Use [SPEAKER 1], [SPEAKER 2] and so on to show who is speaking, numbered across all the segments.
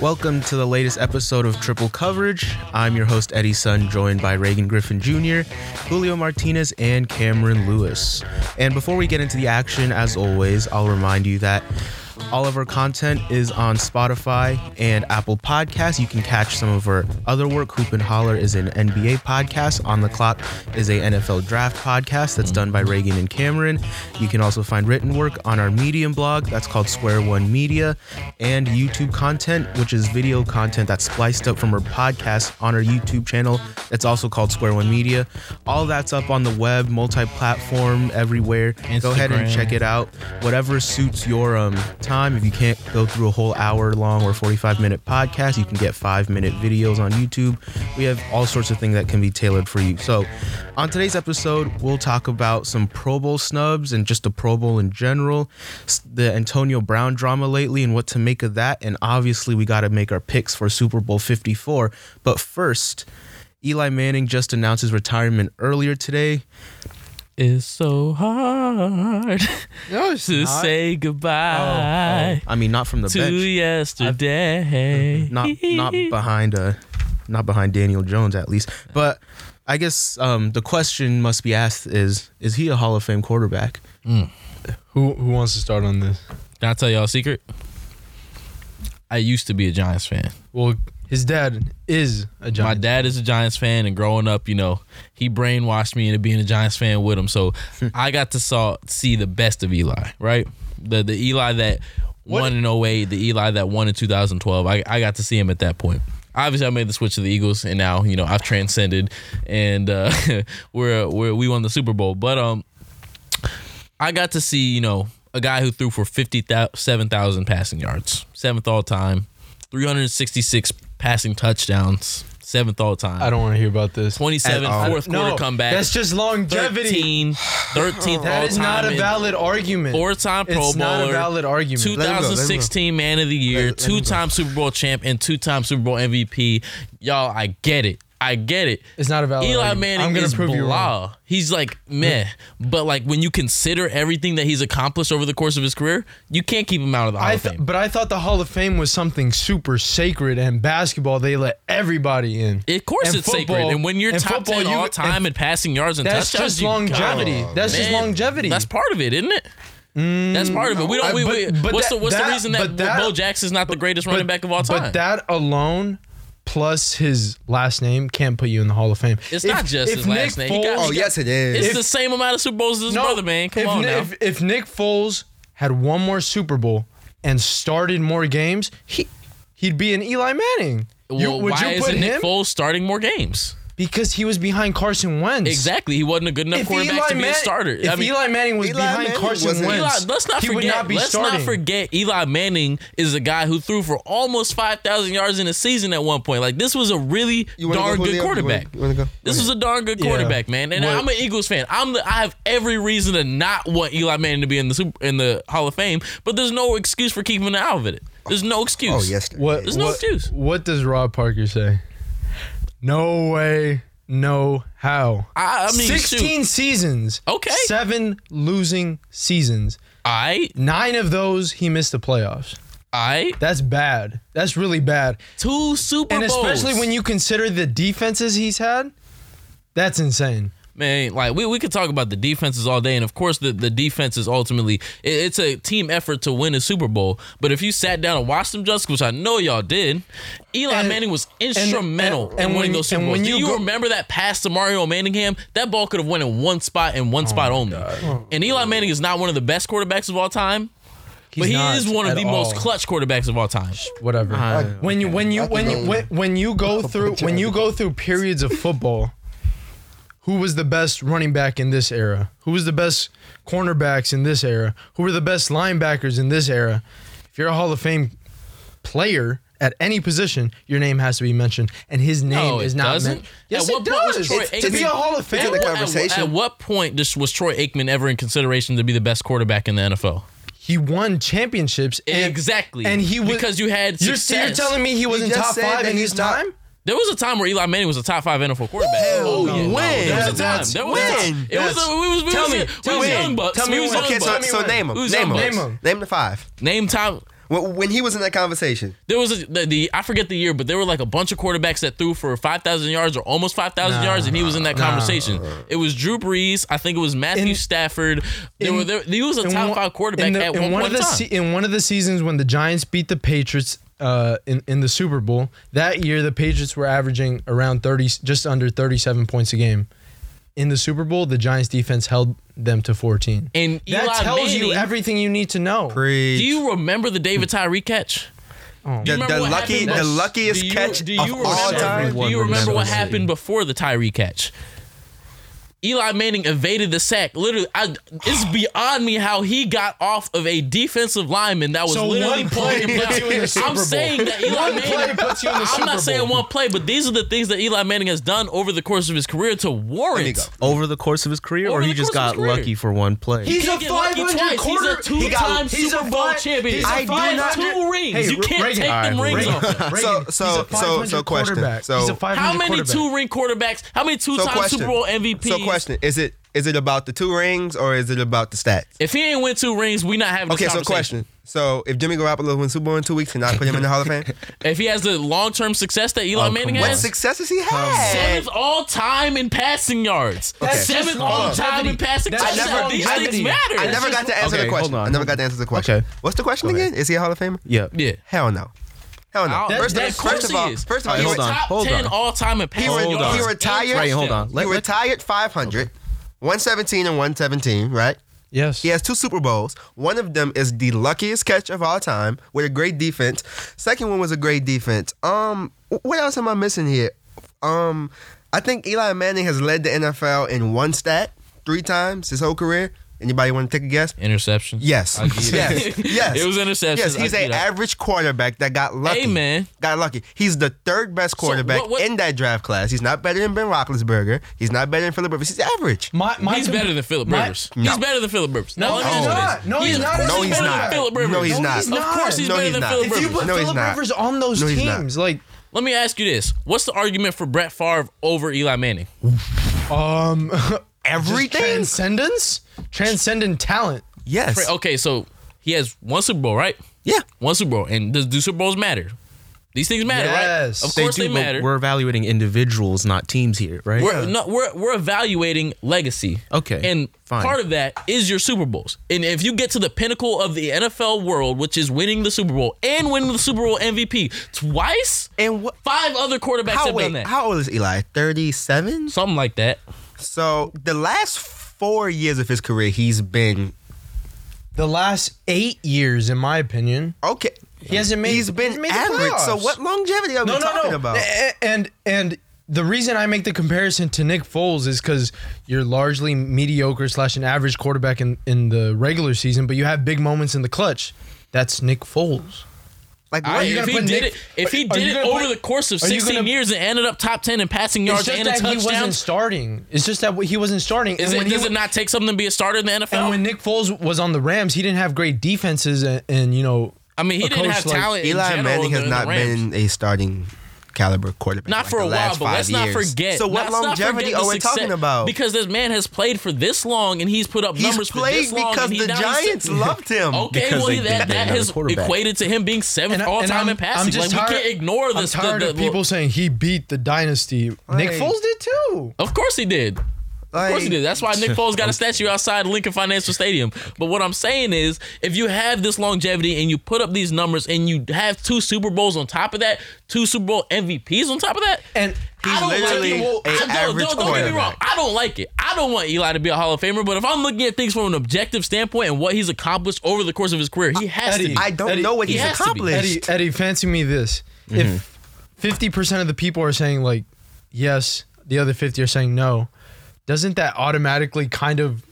[SPEAKER 1] Welcome to the latest episode of Triple Coverage. I'm your host, Eddie Sun, joined by Reagan Griffin Jr., Julio Martinez, and Cameron Lewis. And before we get into the action, as always, I'll remind you that all of our content is on Spotify and Apple Podcasts. You can catch some of our other work. Hoop and Holler is an NBA podcast. On the Clock is a NFL draft podcast that's done by Reagan and Cameron. You can also find written work on our Medium blog that's called Square One Media and YouTube content, which is video content that's spliced up from our podcast on our YouTube channel that's also called Square One Media. All that's up on the web, multi-platform, everywhere. Go ahead and
[SPEAKER 2] Instagram.
[SPEAKER 1] check it it out whatever suits your um, time if you can't go through a whole hour long or 45 minute podcast you can get five minute videos on youtube we have all sorts of things that can be tailored for you so on today's episode we'll talk about some pro bowl snubs and just the pro bowl in general s- the antonio brown drama lately and what to make of that and obviously we got to make our picks for super bowl 54 but first Eli Manning just announced his retirement earlier today.
[SPEAKER 2] It's so hard
[SPEAKER 3] No, it's
[SPEAKER 2] to
[SPEAKER 3] not. Oh,
[SPEAKER 2] say goodbye
[SPEAKER 1] I mean, not from the
[SPEAKER 2] to
[SPEAKER 1] bench.
[SPEAKER 2] yesterday.
[SPEAKER 1] not not behind uh not behind Daniel Jones at least. But I guess um the question must be asked is is he a Hall of Fame quarterback?
[SPEAKER 3] Who who wants to start on this?
[SPEAKER 2] Can I tell y'all a secret? I used to be a Giants fan.
[SPEAKER 3] Well, his dad is a
[SPEAKER 2] My
[SPEAKER 3] Giants.
[SPEAKER 2] dad is a Giants fan, and growing up, you know, he brainwashed me into being a Giants fan with him. So I got to saw see the best of Eli, right? The the Eli that won in 08, the Eli that won in 2012. I, I got to see him at that point. Obviously, I made the switch to the Eagles, and now you know I've transcended, and uh, we're, we're we won the Super Bowl. But um, I got to see, you know, a guy who threw for 57,000 passing yards, seventh all time, 366 passing touchdowns, seventh all time.
[SPEAKER 3] I don't want to hear about this.
[SPEAKER 2] 27
[SPEAKER 1] At all.
[SPEAKER 2] fourth quarter comeback.
[SPEAKER 3] That's just longevity.
[SPEAKER 2] 13, 13th
[SPEAKER 3] That
[SPEAKER 2] all
[SPEAKER 3] is
[SPEAKER 2] time.
[SPEAKER 3] not a
[SPEAKER 2] and
[SPEAKER 3] valid argument.
[SPEAKER 2] Four-time Pro
[SPEAKER 3] it's not a
[SPEAKER 2] Bowler.
[SPEAKER 3] valid argument.
[SPEAKER 1] Let him go, let him go.
[SPEAKER 2] 2016 Man of the Year,
[SPEAKER 1] Let- let him go.
[SPEAKER 2] two-time Super Bowl champ, and two-time Super Bowl MVP. Y'all, I get it. I get it.
[SPEAKER 3] it's not a valid.
[SPEAKER 2] Eli
[SPEAKER 3] argument.
[SPEAKER 2] Manning
[SPEAKER 3] I'm gonna
[SPEAKER 2] is
[SPEAKER 3] prove you wrong.
[SPEAKER 2] blah. He's like meh, but like when you consider everything that he's accomplished over the course of his career, you can't keep him out of the Hall
[SPEAKER 3] I
[SPEAKER 2] of
[SPEAKER 3] th-
[SPEAKER 2] Fame.
[SPEAKER 3] but I thought the Hall of Fame was something super sacred, and basketball they let everybody in.
[SPEAKER 2] Of course,
[SPEAKER 3] and
[SPEAKER 2] it's
[SPEAKER 3] football-
[SPEAKER 2] sacred. And when you're
[SPEAKER 3] and
[SPEAKER 2] top
[SPEAKER 3] football,
[SPEAKER 2] ten
[SPEAKER 3] you-
[SPEAKER 2] all time
[SPEAKER 3] and-
[SPEAKER 2] in passing yards and
[SPEAKER 3] That's
[SPEAKER 2] touchdowns,
[SPEAKER 3] just
[SPEAKER 2] you gotta-
[SPEAKER 3] longevity. that's just
[SPEAKER 2] Man,
[SPEAKER 3] longevity. Mm,
[SPEAKER 2] That's part of it, isn't it? that's part of it. We don't.
[SPEAKER 3] I-
[SPEAKER 2] we,
[SPEAKER 3] but-
[SPEAKER 2] we-
[SPEAKER 3] but
[SPEAKER 2] what's
[SPEAKER 3] that-
[SPEAKER 2] the what's
[SPEAKER 3] that-
[SPEAKER 2] the reason
[SPEAKER 3] but
[SPEAKER 2] that,
[SPEAKER 3] that-
[SPEAKER 2] Bo Jackson's not the greatest running back of all time?
[SPEAKER 3] But that alone, plus his last name, can't put you in the Hall of Fame.
[SPEAKER 2] It's not just his last name. He got-
[SPEAKER 3] Foles-
[SPEAKER 2] Oh,
[SPEAKER 4] yes, it is.
[SPEAKER 2] it's
[SPEAKER 3] if-
[SPEAKER 2] the same amount of Super Bowls as his brother, man. Come
[SPEAKER 3] if,
[SPEAKER 2] on
[SPEAKER 3] Ni-
[SPEAKER 2] now.
[SPEAKER 3] If, if Nick Foles had one more Super Bowl and started more games, he he'd be an Eli Manning. You-
[SPEAKER 2] Well,
[SPEAKER 3] would
[SPEAKER 2] why
[SPEAKER 3] you
[SPEAKER 2] isn't
[SPEAKER 3] put him?
[SPEAKER 2] Nick Foles starting more games?
[SPEAKER 3] because he was behind Carson Wentz.
[SPEAKER 2] Exactly, he wasn't a good enough
[SPEAKER 3] If
[SPEAKER 2] quarterback
[SPEAKER 3] Eli,
[SPEAKER 2] to be
[SPEAKER 3] Man-
[SPEAKER 2] a starter.
[SPEAKER 3] if
[SPEAKER 2] I mean,
[SPEAKER 3] Eli Manning was
[SPEAKER 4] Eli
[SPEAKER 3] behind
[SPEAKER 4] Manning
[SPEAKER 3] Carson
[SPEAKER 4] wasn't-
[SPEAKER 2] Eli,
[SPEAKER 3] Wentz,
[SPEAKER 2] let's not
[SPEAKER 3] he
[SPEAKER 2] forget.
[SPEAKER 3] would not be
[SPEAKER 2] let's
[SPEAKER 3] starting.
[SPEAKER 2] not forget. Eli Manning is a guy who threw for almost five thousand yards in a season at one point. Like this was a really
[SPEAKER 4] wanna
[SPEAKER 2] darn
[SPEAKER 4] go,
[SPEAKER 2] good
[SPEAKER 4] Julio? You wanna-
[SPEAKER 2] quarterback.
[SPEAKER 4] you wanna go?
[SPEAKER 2] This was a darn good
[SPEAKER 3] Yeah.
[SPEAKER 2] quarterback, man. And
[SPEAKER 3] Well-
[SPEAKER 2] I'm an Eagles fan. I'm the, I have every reason to not want Eli Manning to be in the super, in the Hall of Fame. But there's no excuse for keeping him out of it. There's no excuse.
[SPEAKER 4] Oh, yes.
[SPEAKER 3] What,
[SPEAKER 2] There's no
[SPEAKER 3] what-
[SPEAKER 2] excuse.
[SPEAKER 3] What does Rob Parker say? No way, no how.
[SPEAKER 2] I, I mean, shoot.
[SPEAKER 3] 16 seasons.
[SPEAKER 2] Okay.
[SPEAKER 3] Seven losing seasons.
[SPEAKER 2] I
[SPEAKER 3] Nine of those, he missed the playoffs.
[SPEAKER 2] I
[SPEAKER 3] That's bad. That's really bad.
[SPEAKER 2] two Super
[SPEAKER 3] And
[SPEAKER 2] Bowls,
[SPEAKER 3] especially when you consider the defenses he's had, that's insane.
[SPEAKER 2] Man, like we, we could talk about the defenses all day, and of course the, the defense is ultimately it- it's a team effort to win a Super Bowl. But if you sat down and watched them, just which I know y'all did, Eli
[SPEAKER 3] And-
[SPEAKER 2] Manning was instrumental in
[SPEAKER 3] and- and
[SPEAKER 2] winning
[SPEAKER 3] when-
[SPEAKER 2] those Super
[SPEAKER 3] and
[SPEAKER 2] Bowls.
[SPEAKER 3] when
[SPEAKER 2] Do
[SPEAKER 3] you
[SPEAKER 2] you
[SPEAKER 3] go-
[SPEAKER 2] remember that pass to Mario Manningham? That ball could have went in one spot and one
[SPEAKER 3] Oh
[SPEAKER 2] spot only. And Eli Manning is not one of the best quarterbacks of all time, but
[SPEAKER 3] He's
[SPEAKER 2] he
[SPEAKER 3] not
[SPEAKER 2] is one of
[SPEAKER 3] at
[SPEAKER 2] the
[SPEAKER 3] all.
[SPEAKER 2] most clutch Uh, quarterbacks of all time.
[SPEAKER 3] Whatever. when you when you
[SPEAKER 4] I can
[SPEAKER 3] when
[SPEAKER 4] go
[SPEAKER 3] you
[SPEAKER 4] with
[SPEAKER 3] when, when you go through when you go through periods of football, who was the best running back in this era? Who was the best cornerbacks in this era? Who were the best linebackers in this era? If you're a Hall of Fame player at any position, your name has to be mentioned, and his name
[SPEAKER 2] Oh, it
[SPEAKER 3] is not
[SPEAKER 2] doesn't.
[SPEAKER 3] mentioned. Yes,
[SPEAKER 2] At
[SPEAKER 3] it
[SPEAKER 2] what point was
[SPEAKER 3] does.
[SPEAKER 2] Troy
[SPEAKER 3] It's- to be
[SPEAKER 2] Aikman-
[SPEAKER 3] a Hall of
[SPEAKER 4] It's in
[SPEAKER 3] Fame,
[SPEAKER 4] the
[SPEAKER 2] At-
[SPEAKER 4] conversation.
[SPEAKER 2] At, what point this, was Troy Aikman ever in consideration to be the best quarterback in the NFL?
[SPEAKER 3] he won championships. and-
[SPEAKER 2] Exactly.
[SPEAKER 3] and he was
[SPEAKER 2] because you had
[SPEAKER 3] You're,
[SPEAKER 2] success.
[SPEAKER 3] you're telling me he was in
[SPEAKER 4] just
[SPEAKER 3] top
[SPEAKER 4] said
[SPEAKER 3] five
[SPEAKER 4] that
[SPEAKER 3] in his
[SPEAKER 4] he's not-
[SPEAKER 3] time?
[SPEAKER 2] There was a time where Eli Manning was a top five NFL quarterback. oh yeah,
[SPEAKER 4] no. When?
[SPEAKER 2] there was a time.
[SPEAKER 3] That's-
[SPEAKER 2] There was a time.
[SPEAKER 4] when?
[SPEAKER 2] It was.
[SPEAKER 3] That's-
[SPEAKER 2] A, we was. We
[SPEAKER 3] Tell
[SPEAKER 2] was,
[SPEAKER 3] me.
[SPEAKER 2] we
[SPEAKER 3] Tell
[SPEAKER 2] was
[SPEAKER 3] me.
[SPEAKER 2] young bucks.
[SPEAKER 3] Tell me
[SPEAKER 2] we was
[SPEAKER 3] when.
[SPEAKER 2] young
[SPEAKER 4] Okay, so,
[SPEAKER 3] Tell me
[SPEAKER 2] bucks.
[SPEAKER 4] so
[SPEAKER 3] when.
[SPEAKER 4] name them.
[SPEAKER 2] Who's
[SPEAKER 4] Name
[SPEAKER 2] on
[SPEAKER 4] them.
[SPEAKER 2] Bucks?
[SPEAKER 4] Name
[SPEAKER 3] Name 'em.
[SPEAKER 4] the five.
[SPEAKER 2] Name time.
[SPEAKER 4] When, when he was in that conversation,
[SPEAKER 2] There was a, the, the I forget the year, but there were like a bunch of quarterbacks that threw for five thousand yards or almost five thousand yards, and he was in that conversation. It was Drew Brees. I think it was Matthew
[SPEAKER 3] In-
[SPEAKER 2] Stafford. There
[SPEAKER 3] in-
[SPEAKER 2] were there, he was a
[SPEAKER 3] in
[SPEAKER 2] top
[SPEAKER 3] one-
[SPEAKER 2] five quarterback
[SPEAKER 3] in the-
[SPEAKER 2] at
[SPEAKER 3] in
[SPEAKER 2] one,
[SPEAKER 3] one
[SPEAKER 2] point in
[SPEAKER 3] of the
[SPEAKER 2] time.
[SPEAKER 3] se- in one of the seasons when the Giants beat the Patriots uh, in in the Super Bowl that year, the Patriots were averaging around thirty, just under thirty seven points a game. In the Super Bowl, the Giants defense held them to fourteen.
[SPEAKER 2] And
[SPEAKER 3] that
[SPEAKER 2] Eli
[SPEAKER 3] tells you
[SPEAKER 2] Manning-
[SPEAKER 3] everything you need to know.
[SPEAKER 4] pre
[SPEAKER 2] Do you remember the David Tyree catch? Do
[SPEAKER 3] Oh.
[SPEAKER 2] you
[SPEAKER 4] The-
[SPEAKER 2] remember
[SPEAKER 4] the
[SPEAKER 2] what
[SPEAKER 4] lucky-
[SPEAKER 2] happened
[SPEAKER 4] the
[SPEAKER 2] bef-
[SPEAKER 4] luckiest
[SPEAKER 2] do
[SPEAKER 4] catch
[SPEAKER 2] do
[SPEAKER 4] of all
[SPEAKER 2] remember-
[SPEAKER 4] time?
[SPEAKER 2] Do you remember what
[SPEAKER 1] Everyone remembers it.
[SPEAKER 2] happened before the Tyree catch? Eli Manning evaded the sack. Literally, I, it's beyond me how he got off of a defensive lineman that was
[SPEAKER 3] So
[SPEAKER 2] literally
[SPEAKER 3] one
[SPEAKER 2] pulling
[SPEAKER 3] play
[SPEAKER 2] him
[SPEAKER 3] puts
[SPEAKER 2] down.
[SPEAKER 3] you in the Super
[SPEAKER 2] I'm
[SPEAKER 3] Bowl.
[SPEAKER 2] saying that Eli
[SPEAKER 3] One
[SPEAKER 2] Manning.
[SPEAKER 3] play puts you in the
[SPEAKER 2] I'm
[SPEAKER 3] Super
[SPEAKER 2] not saying
[SPEAKER 3] Bowl.
[SPEAKER 2] one play, but these are the things that Eli Manning has done over the course of his career to
[SPEAKER 4] Let me
[SPEAKER 2] warrant.
[SPEAKER 4] go.
[SPEAKER 1] Over the course of his career,
[SPEAKER 2] Over
[SPEAKER 1] or he
[SPEAKER 2] the
[SPEAKER 1] just
[SPEAKER 2] course of
[SPEAKER 1] got
[SPEAKER 2] his career.
[SPEAKER 1] lucky for one play?
[SPEAKER 2] He
[SPEAKER 3] He's
[SPEAKER 2] can't
[SPEAKER 3] a
[SPEAKER 2] get lucky
[SPEAKER 3] 500
[SPEAKER 2] twice.
[SPEAKER 3] quarter-
[SPEAKER 2] He's a
[SPEAKER 4] he got-
[SPEAKER 2] two-time
[SPEAKER 3] he's a
[SPEAKER 2] Super Bowl
[SPEAKER 3] five-
[SPEAKER 2] champion.
[SPEAKER 3] he's a
[SPEAKER 2] I do not
[SPEAKER 3] 500
[SPEAKER 2] two rings.
[SPEAKER 3] Hey,
[SPEAKER 2] you can't
[SPEAKER 3] Reagan.
[SPEAKER 2] take
[SPEAKER 1] All right,
[SPEAKER 2] them rings
[SPEAKER 1] Reagan.
[SPEAKER 2] off. him.
[SPEAKER 3] Reagan,
[SPEAKER 4] so-
[SPEAKER 3] he's a
[SPEAKER 4] so-
[SPEAKER 3] 500
[SPEAKER 4] so question.
[SPEAKER 3] quarterback.
[SPEAKER 4] So-
[SPEAKER 3] he's a 500
[SPEAKER 2] How many
[SPEAKER 3] quarterback.
[SPEAKER 2] two ring quarterbacks? How many two
[SPEAKER 4] so
[SPEAKER 2] time
[SPEAKER 4] question?
[SPEAKER 2] Super Bowl MVPs?
[SPEAKER 4] So question: Is it is it about the two rings or is it about the stats?
[SPEAKER 2] If he ain't win two rings, we not having
[SPEAKER 4] Okay,
[SPEAKER 2] this
[SPEAKER 4] so
[SPEAKER 2] conversation.
[SPEAKER 4] question. So if Jimmy Garoppolo wins Super Bowl in two weeks, can I put him in the Hall of Fame?
[SPEAKER 2] If he has the long term success that Eli
[SPEAKER 1] Oh,
[SPEAKER 2] Manning
[SPEAKER 1] come on.
[SPEAKER 4] What
[SPEAKER 2] has,
[SPEAKER 4] success has he had?
[SPEAKER 2] seventh all time in passing yards,
[SPEAKER 4] That's just
[SPEAKER 2] seventh
[SPEAKER 3] wrong.
[SPEAKER 2] all time in
[SPEAKER 3] Longevity.
[SPEAKER 2] passing
[SPEAKER 3] That's
[SPEAKER 2] touchdowns.
[SPEAKER 4] just wrong.
[SPEAKER 2] These
[SPEAKER 4] I
[SPEAKER 2] things
[SPEAKER 3] didn't-
[SPEAKER 2] matter.
[SPEAKER 4] I never got to answer
[SPEAKER 1] Okay, hold
[SPEAKER 4] the question.
[SPEAKER 1] on.
[SPEAKER 4] I never got to answer the question.
[SPEAKER 1] Okay.
[SPEAKER 4] What's the question
[SPEAKER 1] Go
[SPEAKER 4] again?
[SPEAKER 1] ahead.
[SPEAKER 4] Is he a Hall of Famer?
[SPEAKER 1] yeah.
[SPEAKER 2] Yeah.
[SPEAKER 4] Hell no. Hell no.
[SPEAKER 2] Oh,
[SPEAKER 4] first,
[SPEAKER 2] that-
[SPEAKER 4] of, first of all,
[SPEAKER 2] course he is.
[SPEAKER 4] first of all,
[SPEAKER 1] All
[SPEAKER 4] he
[SPEAKER 1] right,
[SPEAKER 4] was
[SPEAKER 1] hold on.
[SPEAKER 2] top ten all time in
[SPEAKER 4] He,
[SPEAKER 2] passing
[SPEAKER 4] re-
[SPEAKER 1] Hold
[SPEAKER 2] yards.
[SPEAKER 1] on.
[SPEAKER 4] he
[SPEAKER 2] and
[SPEAKER 4] retired.
[SPEAKER 1] Right, hold
[SPEAKER 2] touchdowns.
[SPEAKER 1] on. Let-
[SPEAKER 4] he
[SPEAKER 1] let-
[SPEAKER 4] retired 500, 117 and 117, right?
[SPEAKER 3] Yes.
[SPEAKER 4] He has two Super Bowls. One of them is the luckiest catch of all time with a great defense. Second one was a great defense. Um, what else am I missing here? Um, I think Eli Manning has led the NFL in one stat three times his whole career. Anybody want to take a guess?
[SPEAKER 2] Interceptions.
[SPEAKER 4] Yes.
[SPEAKER 2] I get
[SPEAKER 4] Yes.
[SPEAKER 2] it.
[SPEAKER 4] Yes.
[SPEAKER 2] It was interceptions.
[SPEAKER 4] Yes, he's
[SPEAKER 2] I
[SPEAKER 4] an
[SPEAKER 2] get it.
[SPEAKER 4] average quarterback that got lucky.
[SPEAKER 2] Amen.
[SPEAKER 4] Got lucky. He's the third best quarterback
[SPEAKER 2] what- what-
[SPEAKER 4] in that draft class. He's not better than Ben Roethlisberger. He's not better than Philip Rivers. He's average.
[SPEAKER 3] My, my
[SPEAKER 2] He's
[SPEAKER 3] com-
[SPEAKER 2] better than Philip
[SPEAKER 3] my-
[SPEAKER 2] Rivers.
[SPEAKER 4] No.
[SPEAKER 2] He's better than Philip Rivers.
[SPEAKER 3] No,
[SPEAKER 2] Now, let me
[SPEAKER 3] he's
[SPEAKER 2] answer
[SPEAKER 3] not.
[SPEAKER 2] this.
[SPEAKER 3] No, he's
[SPEAKER 2] of
[SPEAKER 3] not.
[SPEAKER 2] course
[SPEAKER 3] No, he's
[SPEAKER 2] better than
[SPEAKER 4] not.
[SPEAKER 2] Philip Rivers.
[SPEAKER 4] No, he's
[SPEAKER 3] not.
[SPEAKER 2] Of course, he's
[SPEAKER 4] No,
[SPEAKER 2] better
[SPEAKER 4] he's
[SPEAKER 2] than
[SPEAKER 4] not.
[SPEAKER 2] Philip
[SPEAKER 4] If
[SPEAKER 3] If you
[SPEAKER 2] Rivers.
[SPEAKER 3] put
[SPEAKER 4] No, he's
[SPEAKER 3] Philip
[SPEAKER 4] not.
[SPEAKER 3] Rivers on those
[SPEAKER 4] No, he's not.
[SPEAKER 3] teams, like
[SPEAKER 2] Let me ask you this: What's the argument for Brett Favre over Eli Manning?
[SPEAKER 3] um,
[SPEAKER 4] Everything?
[SPEAKER 3] transcendence, transcendent talent.
[SPEAKER 4] Yes.
[SPEAKER 2] Okay, so he has one Super Bowl, right?
[SPEAKER 4] Yeah.
[SPEAKER 2] One Super Bowl, and does do Super Bowls matter? These things matter,
[SPEAKER 3] Yes.
[SPEAKER 2] right? Of
[SPEAKER 1] They
[SPEAKER 2] course
[SPEAKER 1] do,
[SPEAKER 2] they,
[SPEAKER 1] but
[SPEAKER 2] matter.
[SPEAKER 1] We're evaluating individuals, not teams here, right?
[SPEAKER 2] We're
[SPEAKER 3] uh,
[SPEAKER 2] no, we're we're evaluating legacy.
[SPEAKER 1] Okay,
[SPEAKER 2] And
[SPEAKER 1] fine.
[SPEAKER 2] part of that is your Super Bowls. And if you get to the pinnacle of the NFL world, which is winning the Super Bowl and winning the Super Bowl MVP twice,
[SPEAKER 4] And what?
[SPEAKER 2] five other quarterbacks
[SPEAKER 4] How,
[SPEAKER 2] have
[SPEAKER 4] wait,
[SPEAKER 2] done that.
[SPEAKER 4] how old is Eli? 37?
[SPEAKER 2] Something like that.
[SPEAKER 4] So the last four years of his career, he's been
[SPEAKER 3] The last eight years, in my opinion,
[SPEAKER 4] okay.
[SPEAKER 3] he hasn't made.
[SPEAKER 4] he's been
[SPEAKER 3] hasn't made the
[SPEAKER 4] average. So
[SPEAKER 3] playoffs.
[SPEAKER 4] what longevity are we
[SPEAKER 3] No, no,
[SPEAKER 4] talking
[SPEAKER 3] no.
[SPEAKER 4] about?
[SPEAKER 3] A- And and the reason I make the comparison to Nick Foles is because you're largely mediocre slash an average quarterback in in the regular season, but you have big moments in the clutch. That's Nick Foles.
[SPEAKER 4] Like
[SPEAKER 2] I-
[SPEAKER 4] what?
[SPEAKER 2] if
[SPEAKER 3] you gonna
[SPEAKER 2] he
[SPEAKER 3] put
[SPEAKER 2] did
[SPEAKER 3] Nick-
[SPEAKER 2] it, if he
[SPEAKER 3] are- are
[SPEAKER 2] did
[SPEAKER 3] you
[SPEAKER 2] it
[SPEAKER 3] gonna
[SPEAKER 2] over
[SPEAKER 3] put-
[SPEAKER 2] the course of
[SPEAKER 3] are you
[SPEAKER 2] 16
[SPEAKER 3] gonna-
[SPEAKER 2] years and ended up top 10 in passing yards
[SPEAKER 3] It's just
[SPEAKER 2] and in
[SPEAKER 3] that he wasn't
[SPEAKER 2] touchdowns,
[SPEAKER 3] starting. It's just that he wasn't starting.
[SPEAKER 2] is
[SPEAKER 3] And
[SPEAKER 2] it,
[SPEAKER 3] when he
[SPEAKER 2] does
[SPEAKER 3] wa-
[SPEAKER 2] it not take something to be a starter in the NFL?
[SPEAKER 3] And when Nick Foles was on the Rams, he didn't have great defenses, and, and you know,
[SPEAKER 2] I mean, he
[SPEAKER 3] a
[SPEAKER 2] didn't
[SPEAKER 3] coach
[SPEAKER 2] have
[SPEAKER 3] like-
[SPEAKER 2] talent. in
[SPEAKER 4] Eli
[SPEAKER 2] general
[SPEAKER 4] Manning
[SPEAKER 2] in
[SPEAKER 4] has
[SPEAKER 2] the
[SPEAKER 4] not
[SPEAKER 2] Rams.
[SPEAKER 4] been a starting caliber quarterback.
[SPEAKER 2] Not
[SPEAKER 4] like
[SPEAKER 2] for
[SPEAKER 4] the
[SPEAKER 2] a while,
[SPEAKER 4] last
[SPEAKER 2] but
[SPEAKER 4] five
[SPEAKER 2] let's not
[SPEAKER 4] years.
[SPEAKER 2] forget.
[SPEAKER 4] So what
[SPEAKER 2] let's not forget
[SPEAKER 4] longevity
[SPEAKER 2] the
[SPEAKER 4] are we
[SPEAKER 2] success-
[SPEAKER 4] talking about?
[SPEAKER 2] Because this man has played for this long, and he's put up
[SPEAKER 4] he's
[SPEAKER 2] numbers for
[SPEAKER 4] played
[SPEAKER 2] this long.
[SPEAKER 4] because
[SPEAKER 2] and he,
[SPEAKER 4] the
[SPEAKER 2] now he's-
[SPEAKER 4] Giants loved him.
[SPEAKER 2] Okay,
[SPEAKER 1] Because
[SPEAKER 2] well
[SPEAKER 1] they
[SPEAKER 2] that
[SPEAKER 1] didn't
[SPEAKER 2] that
[SPEAKER 1] have a
[SPEAKER 2] has
[SPEAKER 1] quarterback.
[SPEAKER 2] equated to him being seventh
[SPEAKER 3] and I-
[SPEAKER 2] all
[SPEAKER 3] and
[SPEAKER 2] time
[SPEAKER 3] I'm-
[SPEAKER 2] in passing.
[SPEAKER 3] I'm just
[SPEAKER 2] like we
[SPEAKER 3] tired-
[SPEAKER 2] can't ignore this.
[SPEAKER 3] I'm
[SPEAKER 2] the-
[SPEAKER 3] tired
[SPEAKER 2] the-
[SPEAKER 3] of people saying he beat the dynasty. Nick
[SPEAKER 4] Like-
[SPEAKER 3] Foles did too.
[SPEAKER 2] Of course he did. Of course he
[SPEAKER 4] Like-
[SPEAKER 2] did. That's why Nick Foles got a statue outside Lincoln Financial Stadium. But what I'm saying is, if you have this longevity and you put up these numbers and you have two Super Bowls on top of that, two Super Bowl MVPs on top of that,
[SPEAKER 3] And
[SPEAKER 2] I don't
[SPEAKER 4] literally
[SPEAKER 2] like it.
[SPEAKER 4] a
[SPEAKER 2] I don't-
[SPEAKER 4] average
[SPEAKER 2] don't, don't get me wrong.
[SPEAKER 4] quarterback.
[SPEAKER 2] I don't like it. I don't want Eli to be a Hall of Famer. But if I'm looking at things from an objective standpoint and what he's accomplished over the course of his career, he has to.
[SPEAKER 3] Eddie,
[SPEAKER 2] Be.
[SPEAKER 4] I don't
[SPEAKER 3] Eddie-
[SPEAKER 4] know what
[SPEAKER 2] He
[SPEAKER 4] he's
[SPEAKER 2] has to be.
[SPEAKER 4] accomplished.
[SPEAKER 3] Eddie, Eddie, fancy me this:
[SPEAKER 2] Mm-hmm.
[SPEAKER 3] if fifty percent of the people are saying like yes, the other fifty are saying no, doesn't that automatically kind of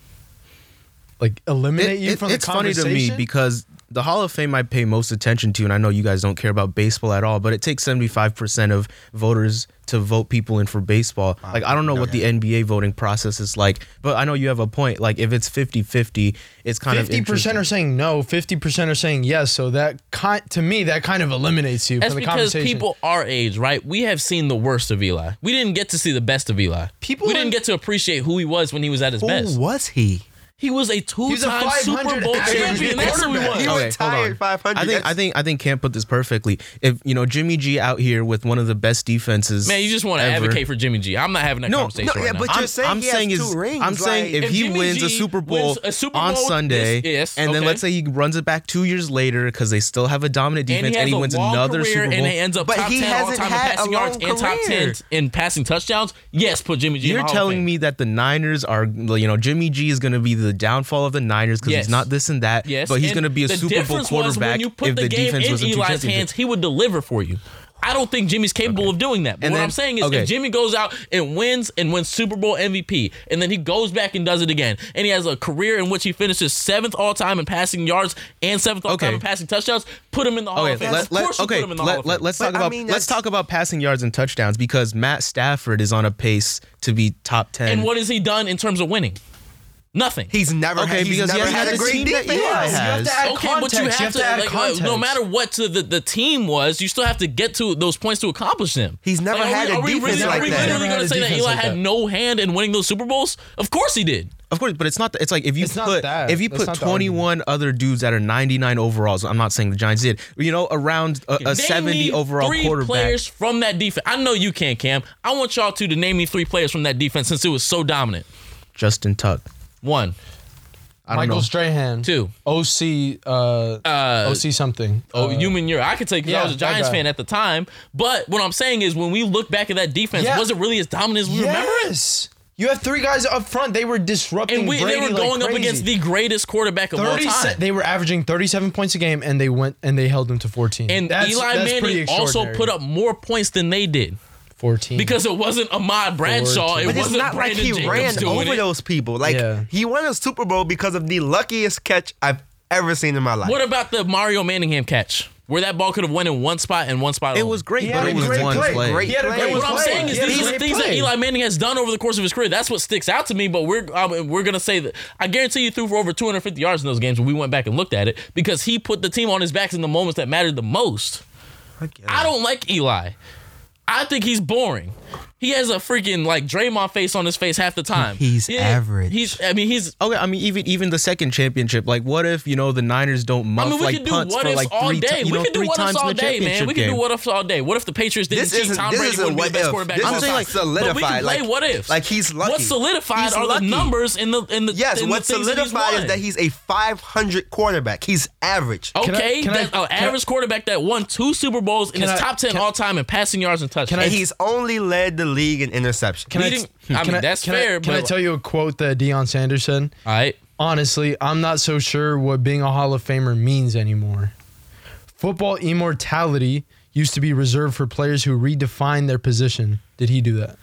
[SPEAKER 3] like eliminate
[SPEAKER 1] It-
[SPEAKER 3] you
[SPEAKER 1] it-
[SPEAKER 3] from the
[SPEAKER 1] it's funny to me
[SPEAKER 3] conversation?
[SPEAKER 1] because the Hall of Fame I pay most attention to, and I know you guys don't care about baseball at all, but it takes seventy five percent of voters to vote people in for baseball. Like I don't know what the NBA voting process is like, but I know you have a point. Like if it's 50-50, it's kind of
[SPEAKER 3] Fifty percent
[SPEAKER 1] interesting.
[SPEAKER 3] are saying no. Fifty percent are saying yes. So that ki- to me, that kind of eliminates you
[SPEAKER 2] That's
[SPEAKER 3] from the
[SPEAKER 2] because
[SPEAKER 3] conversation.
[SPEAKER 2] people our age, right? We have seen the worst of Eli. We didn't get to see the best of Eli.
[SPEAKER 3] People
[SPEAKER 2] we didn't
[SPEAKER 3] in-
[SPEAKER 2] get to appreciate who he was when he was at his best.
[SPEAKER 4] Who was he?
[SPEAKER 2] He was a
[SPEAKER 3] a
[SPEAKER 2] two-time
[SPEAKER 3] 500
[SPEAKER 2] Super Bowl
[SPEAKER 3] active
[SPEAKER 2] champion. That's who he
[SPEAKER 3] quarterback.
[SPEAKER 2] was.
[SPEAKER 1] Okay,
[SPEAKER 4] He
[SPEAKER 1] hold
[SPEAKER 4] retired
[SPEAKER 1] on.
[SPEAKER 4] 500.
[SPEAKER 1] I think I
[SPEAKER 4] That's-
[SPEAKER 1] think I think Cam put this perfectly. If you know Jimmy G out here with one of the best defenses,
[SPEAKER 2] Man, you just want to
[SPEAKER 1] ever.
[SPEAKER 2] advocate for Jimmy G. I'm not having that
[SPEAKER 1] No,
[SPEAKER 2] conversation
[SPEAKER 4] no,
[SPEAKER 2] right
[SPEAKER 4] yeah,
[SPEAKER 2] now.
[SPEAKER 4] but
[SPEAKER 1] I'm,
[SPEAKER 4] you're saying
[SPEAKER 1] I'm
[SPEAKER 4] he has
[SPEAKER 1] saying is
[SPEAKER 4] two rings,
[SPEAKER 1] I'm saying
[SPEAKER 4] like-
[SPEAKER 1] if,
[SPEAKER 2] If
[SPEAKER 1] he
[SPEAKER 2] Jimmy
[SPEAKER 1] wins a
[SPEAKER 2] G
[SPEAKER 1] Super Bowl,
[SPEAKER 2] wins a Super
[SPEAKER 1] on
[SPEAKER 2] Bowl this-
[SPEAKER 1] Sunday,
[SPEAKER 2] yes,
[SPEAKER 1] and then
[SPEAKER 2] okay.
[SPEAKER 1] let's say he runs it back two years later because they still have a dominant
[SPEAKER 2] and
[SPEAKER 1] defense,
[SPEAKER 2] he, has
[SPEAKER 1] and he,
[SPEAKER 2] a
[SPEAKER 1] wins
[SPEAKER 2] long
[SPEAKER 1] another
[SPEAKER 2] career
[SPEAKER 1] Super Bowl.
[SPEAKER 2] and he ends up
[SPEAKER 4] But
[SPEAKER 2] top
[SPEAKER 4] he
[SPEAKER 2] 10 all
[SPEAKER 4] hasn't
[SPEAKER 2] time in
[SPEAKER 4] had a
[SPEAKER 2] passing yards
[SPEAKER 4] long
[SPEAKER 2] and top
[SPEAKER 4] career.
[SPEAKER 2] 10 in passing touchdowns. Yes, put Jimmy G. in the
[SPEAKER 1] You're
[SPEAKER 2] Hall of
[SPEAKER 1] telling
[SPEAKER 2] Fame.
[SPEAKER 1] me that the Niners are, you know, Jimmy G is going to be the downfall of the Niners because
[SPEAKER 2] Yes.
[SPEAKER 1] he's not this and that,
[SPEAKER 2] Yes,
[SPEAKER 1] but he's
[SPEAKER 2] and
[SPEAKER 1] going to be a
[SPEAKER 2] the
[SPEAKER 1] Super Bowl
[SPEAKER 2] difference was
[SPEAKER 1] quarterback
[SPEAKER 2] when you put
[SPEAKER 1] if the,
[SPEAKER 2] the, game
[SPEAKER 1] defense
[SPEAKER 2] in
[SPEAKER 1] wasn't too
[SPEAKER 2] Eli's
[SPEAKER 1] championship.
[SPEAKER 2] hands, he would deliver for you. I don't think Jimmy's capable of doing that. But
[SPEAKER 1] And
[SPEAKER 2] what
[SPEAKER 1] then-
[SPEAKER 2] I'm saying is,
[SPEAKER 1] okay.
[SPEAKER 2] if Jimmy goes out and wins and wins Super Bowl MVP, and then he goes back and does it again, and he has a career in which he finishes seventh all time in passing yards and seventh all
[SPEAKER 1] Okay.
[SPEAKER 2] time in passing touchdowns, put him in the Hall of
[SPEAKER 1] Okay,
[SPEAKER 2] Fame.
[SPEAKER 1] let,
[SPEAKER 2] of course,
[SPEAKER 1] let,
[SPEAKER 2] you
[SPEAKER 1] okay,
[SPEAKER 2] put him in the Hall
[SPEAKER 1] let,
[SPEAKER 2] of
[SPEAKER 1] let,
[SPEAKER 2] Fame.
[SPEAKER 1] us
[SPEAKER 4] But,
[SPEAKER 1] talk
[SPEAKER 4] I
[SPEAKER 1] about
[SPEAKER 4] mean,
[SPEAKER 1] let's
[SPEAKER 4] that's-
[SPEAKER 1] talk about passing yards and touchdowns because Matt Stafford is on a pace to be top ten.
[SPEAKER 2] And what has he done in terms of winning? Nothing.
[SPEAKER 4] He's never
[SPEAKER 1] Okay,
[SPEAKER 4] had, he's
[SPEAKER 1] because he
[SPEAKER 4] never
[SPEAKER 1] hasn't
[SPEAKER 4] had
[SPEAKER 1] had
[SPEAKER 4] a
[SPEAKER 1] the
[SPEAKER 4] great
[SPEAKER 1] team that
[SPEAKER 4] defense.
[SPEAKER 1] Eli
[SPEAKER 4] Yeah.
[SPEAKER 1] has.
[SPEAKER 2] okay, but you have, to, like, like, no matter what to the, the team was, you still have to get to those points to accomplish them.
[SPEAKER 4] He's never
[SPEAKER 2] are
[SPEAKER 4] had
[SPEAKER 2] we-
[SPEAKER 4] a
[SPEAKER 2] are we
[SPEAKER 4] defense
[SPEAKER 2] really-
[SPEAKER 4] like
[SPEAKER 2] Are we
[SPEAKER 4] that.
[SPEAKER 2] literally
[SPEAKER 3] Never
[SPEAKER 2] going
[SPEAKER 3] had
[SPEAKER 2] to
[SPEAKER 3] a
[SPEAKER 2] say that
[SPEAKER 3] defense
[SPEAKER 2] Eli
[SPEAKER 3] like
[SPEAKER 2] had
[SPEAKER 3] that.
[SPEAKER 2] no hand in winning those Super Bowls? Of course he did.
[SPEAKER 1] Of course, but it's not. It's like if you
[SPEAKER 3] It's not
[SPEAKER 1] put
[SPEAKER 3] that.
[SPEAKER 1] if you
[SPEAKER 3] That's
[SPEAKER 1] put
[SPEAKER 3] not the
[SPEAKER 1] 21 other dudes that are 99 overalls. I'm not saying the Giants did. You know, around a, a
[SPEAKER 2] They
[SPEAKER 1] 70
[SPEAKER 2] need
[SPEAKER 1] overall
[SPEAKER 2] three
[SPEAKER 1] quarterback.
[SPEAKER 2] players from that defense. I know you can, Cam. I want y'all two to name me three players from that defense since it was so dominant.
[SPEAKER 1] Justin Tuck.
[SPEAKER 2] One,
[SPEAKER 1] I don't
[SPEAKER 3] Michael
[SPEAKER 1] know.
[SPEAKER 3] Strahan.
[SPEAKER 2] two.
[SPEAKER 3] OC. Uh, OC something.
[SPEAKER 2] Oh,
[SPEAKER 3] Uh,
[SPEAKER 2] you mean you're? I could say because I
[SPEAKER 3] yeah,
[SPEAKER 2] was a
[SPEAKER 3] that
[SPEAKER 2] Giants
[SPEAKER 3] guy.
[SPEAKER 2] fan at the time. But what I'm saying is, when we look back at that defense,
[SPEAKER 3] Yeah.
[SPEAKER 2] was it really as dominant as we remember it?
[SPEAKER 3] Yes. You have three guys up front. They were disrupting.
[SPEAKER 2] And we,
[SPEAKER 3] Brady
[SPEAKER 2] they were
[SPEAKER 3] like
[SPEAKER 2] going up
[SPEAKER 3] crazy.
[SPEAKER 2] against the greatest quarterback of all
[SPEAKER 3] 30
[SPEAKER 2] time.
[SPEAKER 3] they were averaging 37 points a game and they went and they held them to 14
[SPEAKER 2] and
[SPEAKER 3] That's-
[SPEAKER 2] Eli
[SPEAKER 3] that's pretty
[SPEAKER 2] Manning also
[SPEAKER 3] extraordinary.
[SPEAKER 2] put up more points than they did
[SPEAKER 3] 14
[SPEAKER 2] because it wasn't Ahmad Bradshaw. It
[SPEAKER 4] But it's
[SPEAKER 2] wasn't
[SPEAKER 4] not like
[SPEAKER 2] Brandon
[SPEAKER 4] he
[SPEAKER 2] Jacobs
[SPEAKER 4] ran
[SPEAKER 2] doing
[SPEAKER 4] over
[SPEAKER 2] it.
[SPEAKER 4] those people. Like
[SPEAKER 3] Yeah.
[SPEAKER 4] he won a Super Bowl because of the luckiest catch I've ever seen in my life.
[SPEAKER 2] What about the Mario Manningham catch? Where that ball could have went in one spot and one spot.
[SPEAKER 1] It
[SPEAKER 2] only.
[SPEAKER 1] was great,
[SPEAKER 3] He
[SPEAKER 1] but
[SPEAKER 3] had
[SPEAKER 1] it
[SPEAKER 3] a
[SPEAKER 1] was
[SPEAKER 3] great
[SPEAKER 1] one
[SPEAKER 4] play,
[SPEAKER 1] play.
[SPEAKER 4] great
[SPEAKER 3] He had a
[SPEAKER 4] play.
[SPEAKER 3] great
[SPEAKER 2] What I'm
[SPEAKER 3] play.
[SPEAKER 2] saying is
[SPEAKER 3] Yeah,
[SPEAKER 2] these
[SPEAKER 3] he
[SPEAKER 2] are the
[SPEAKER 3] made
[SPEAKER 2] things that
[SPEAKER 3] plays.
[SPEAKER 2] Eli Manning has done over the course of his career. That's what sticks out to me. But we're um, we're gonna say that I guarantee you threw for over 250 yards in those games when we went back and looked at it because he put the team on his backs in the moments that mattered the most. I don't like Eli. I think he's boring. He has a freaking like Draymond face on his face half the time.
[SPEAKER 4] He's average.
[SPEAKER 2] He's I mean he's
[SPEAKER 1] Okay, I mean even even the second championship. Like, what if you know the Niners don't muff
[SPEAKER 2] I mean, we
[SPEAKER 1] like
[SPEAKER 2] could do
[SPEAKER 1] punts
[SPEAKER 2] what
[SPEAKER 1] for
[SPEAKER 2] ifs
[SPEAKER 1] like
[SPEAKER 2] all
[SPEAKER 1] three,
[SPEAKER 2] day.
[SPEAKER 1] ti- you
[SPEAKER 2] we
[SPEAKER 1] know,
[SPEAKER 2] could do
[SPEAKER 1] three
[SPEAKER 2] what
[SPEAKER 1] times
[SPEAKER 2] ifs
[SPEAKER 1] in the
[SPEAKER 2] all day, man.
[SPEAKER 1] championship
[SPEAKER 2] We could
[SPEAKER 1] game.
[SPEAKER 2] do what ifs all day. What if the Patriots didn't
[SPEAKER 4] This
[SPEAKER 2] cheat
[SPEAKER 4] isn't-
[SPEAKER 2] Tom
[SPEAKER 4] this
[SPEAKER 2] Brady
[SPEAKER 4] isn't
[SPEAKER 2] wouldn't be
[SPEAKER 4] what
[SPEAKER 2] the best
[SPEAKER 4] if.
[SPEAKER 2] quarterback?
[SPEAKER 4] This
[SPEAKER 2] of
[SPEAKER 4] is
[SPEAKER 2] all time?
[SPEAKER 4] like
[SPEAKER 2] But we can
[SPEAKER 4] solidified,
[SPEAKER 2] play
[SPEAKER 4] like-
[SPEAKER 2] what ifs.
[SPEAKER 4] like he's lucky.
[SPEAKER 2] What's solidified
[SPEAKER 4] He's
[SPEAKER 2] are
[SPEAKER 4] lucky.
[SPEAKER 2] the numbers in the in the
[SPEAKER 4] Yes,
[SPEAKER 2] In
[SPEAKER 4] what's
[SPEAKER 2] the things that he's
[SPEAKER 4] solidified is
[SPEAKER 2] won. Oh,
[SPEAKER 4] that he's a 500 quarterback. He's average.
[SPEAKER 3] Can I-
[SPEAKER 2] Okay,
[SPEAKER 3] can I-
[SPEAKER 2] that's an
[SPEAKER 3] can I-
[SPEAKER 2] average quarterback that won two Super Bowls and
[SPEAKER 3] Can
[SPEAKER 2] is
[SPEAKER 3] I-
[SPEAKER 2] top ten
[SPEAKER 3] can-
[SPEAKER 2] all time in passing yards and touchdowns.
[SPEAKER 4] and he's only led the league in interception.
[SPEAKER 3] can I,
[SPEAKER 2] leading-
[SPEAKER 3] can
[SPEAKER 2] I mean, that's
[SPEAKER 3] can
[SPEAKER 2] fair,
[SPEAKER 3] I, can I
[SPEAKER 2] but-
[SPEAKER 3] tell you a quote that Deion Sanders said?
[SPEAKER 2] all right.
[SPEAKER 3] Honestly, I'm not so sure what being a Hall of Famer means anymore. Football immortality used to be reserved for players who redefine their position. Did he do that?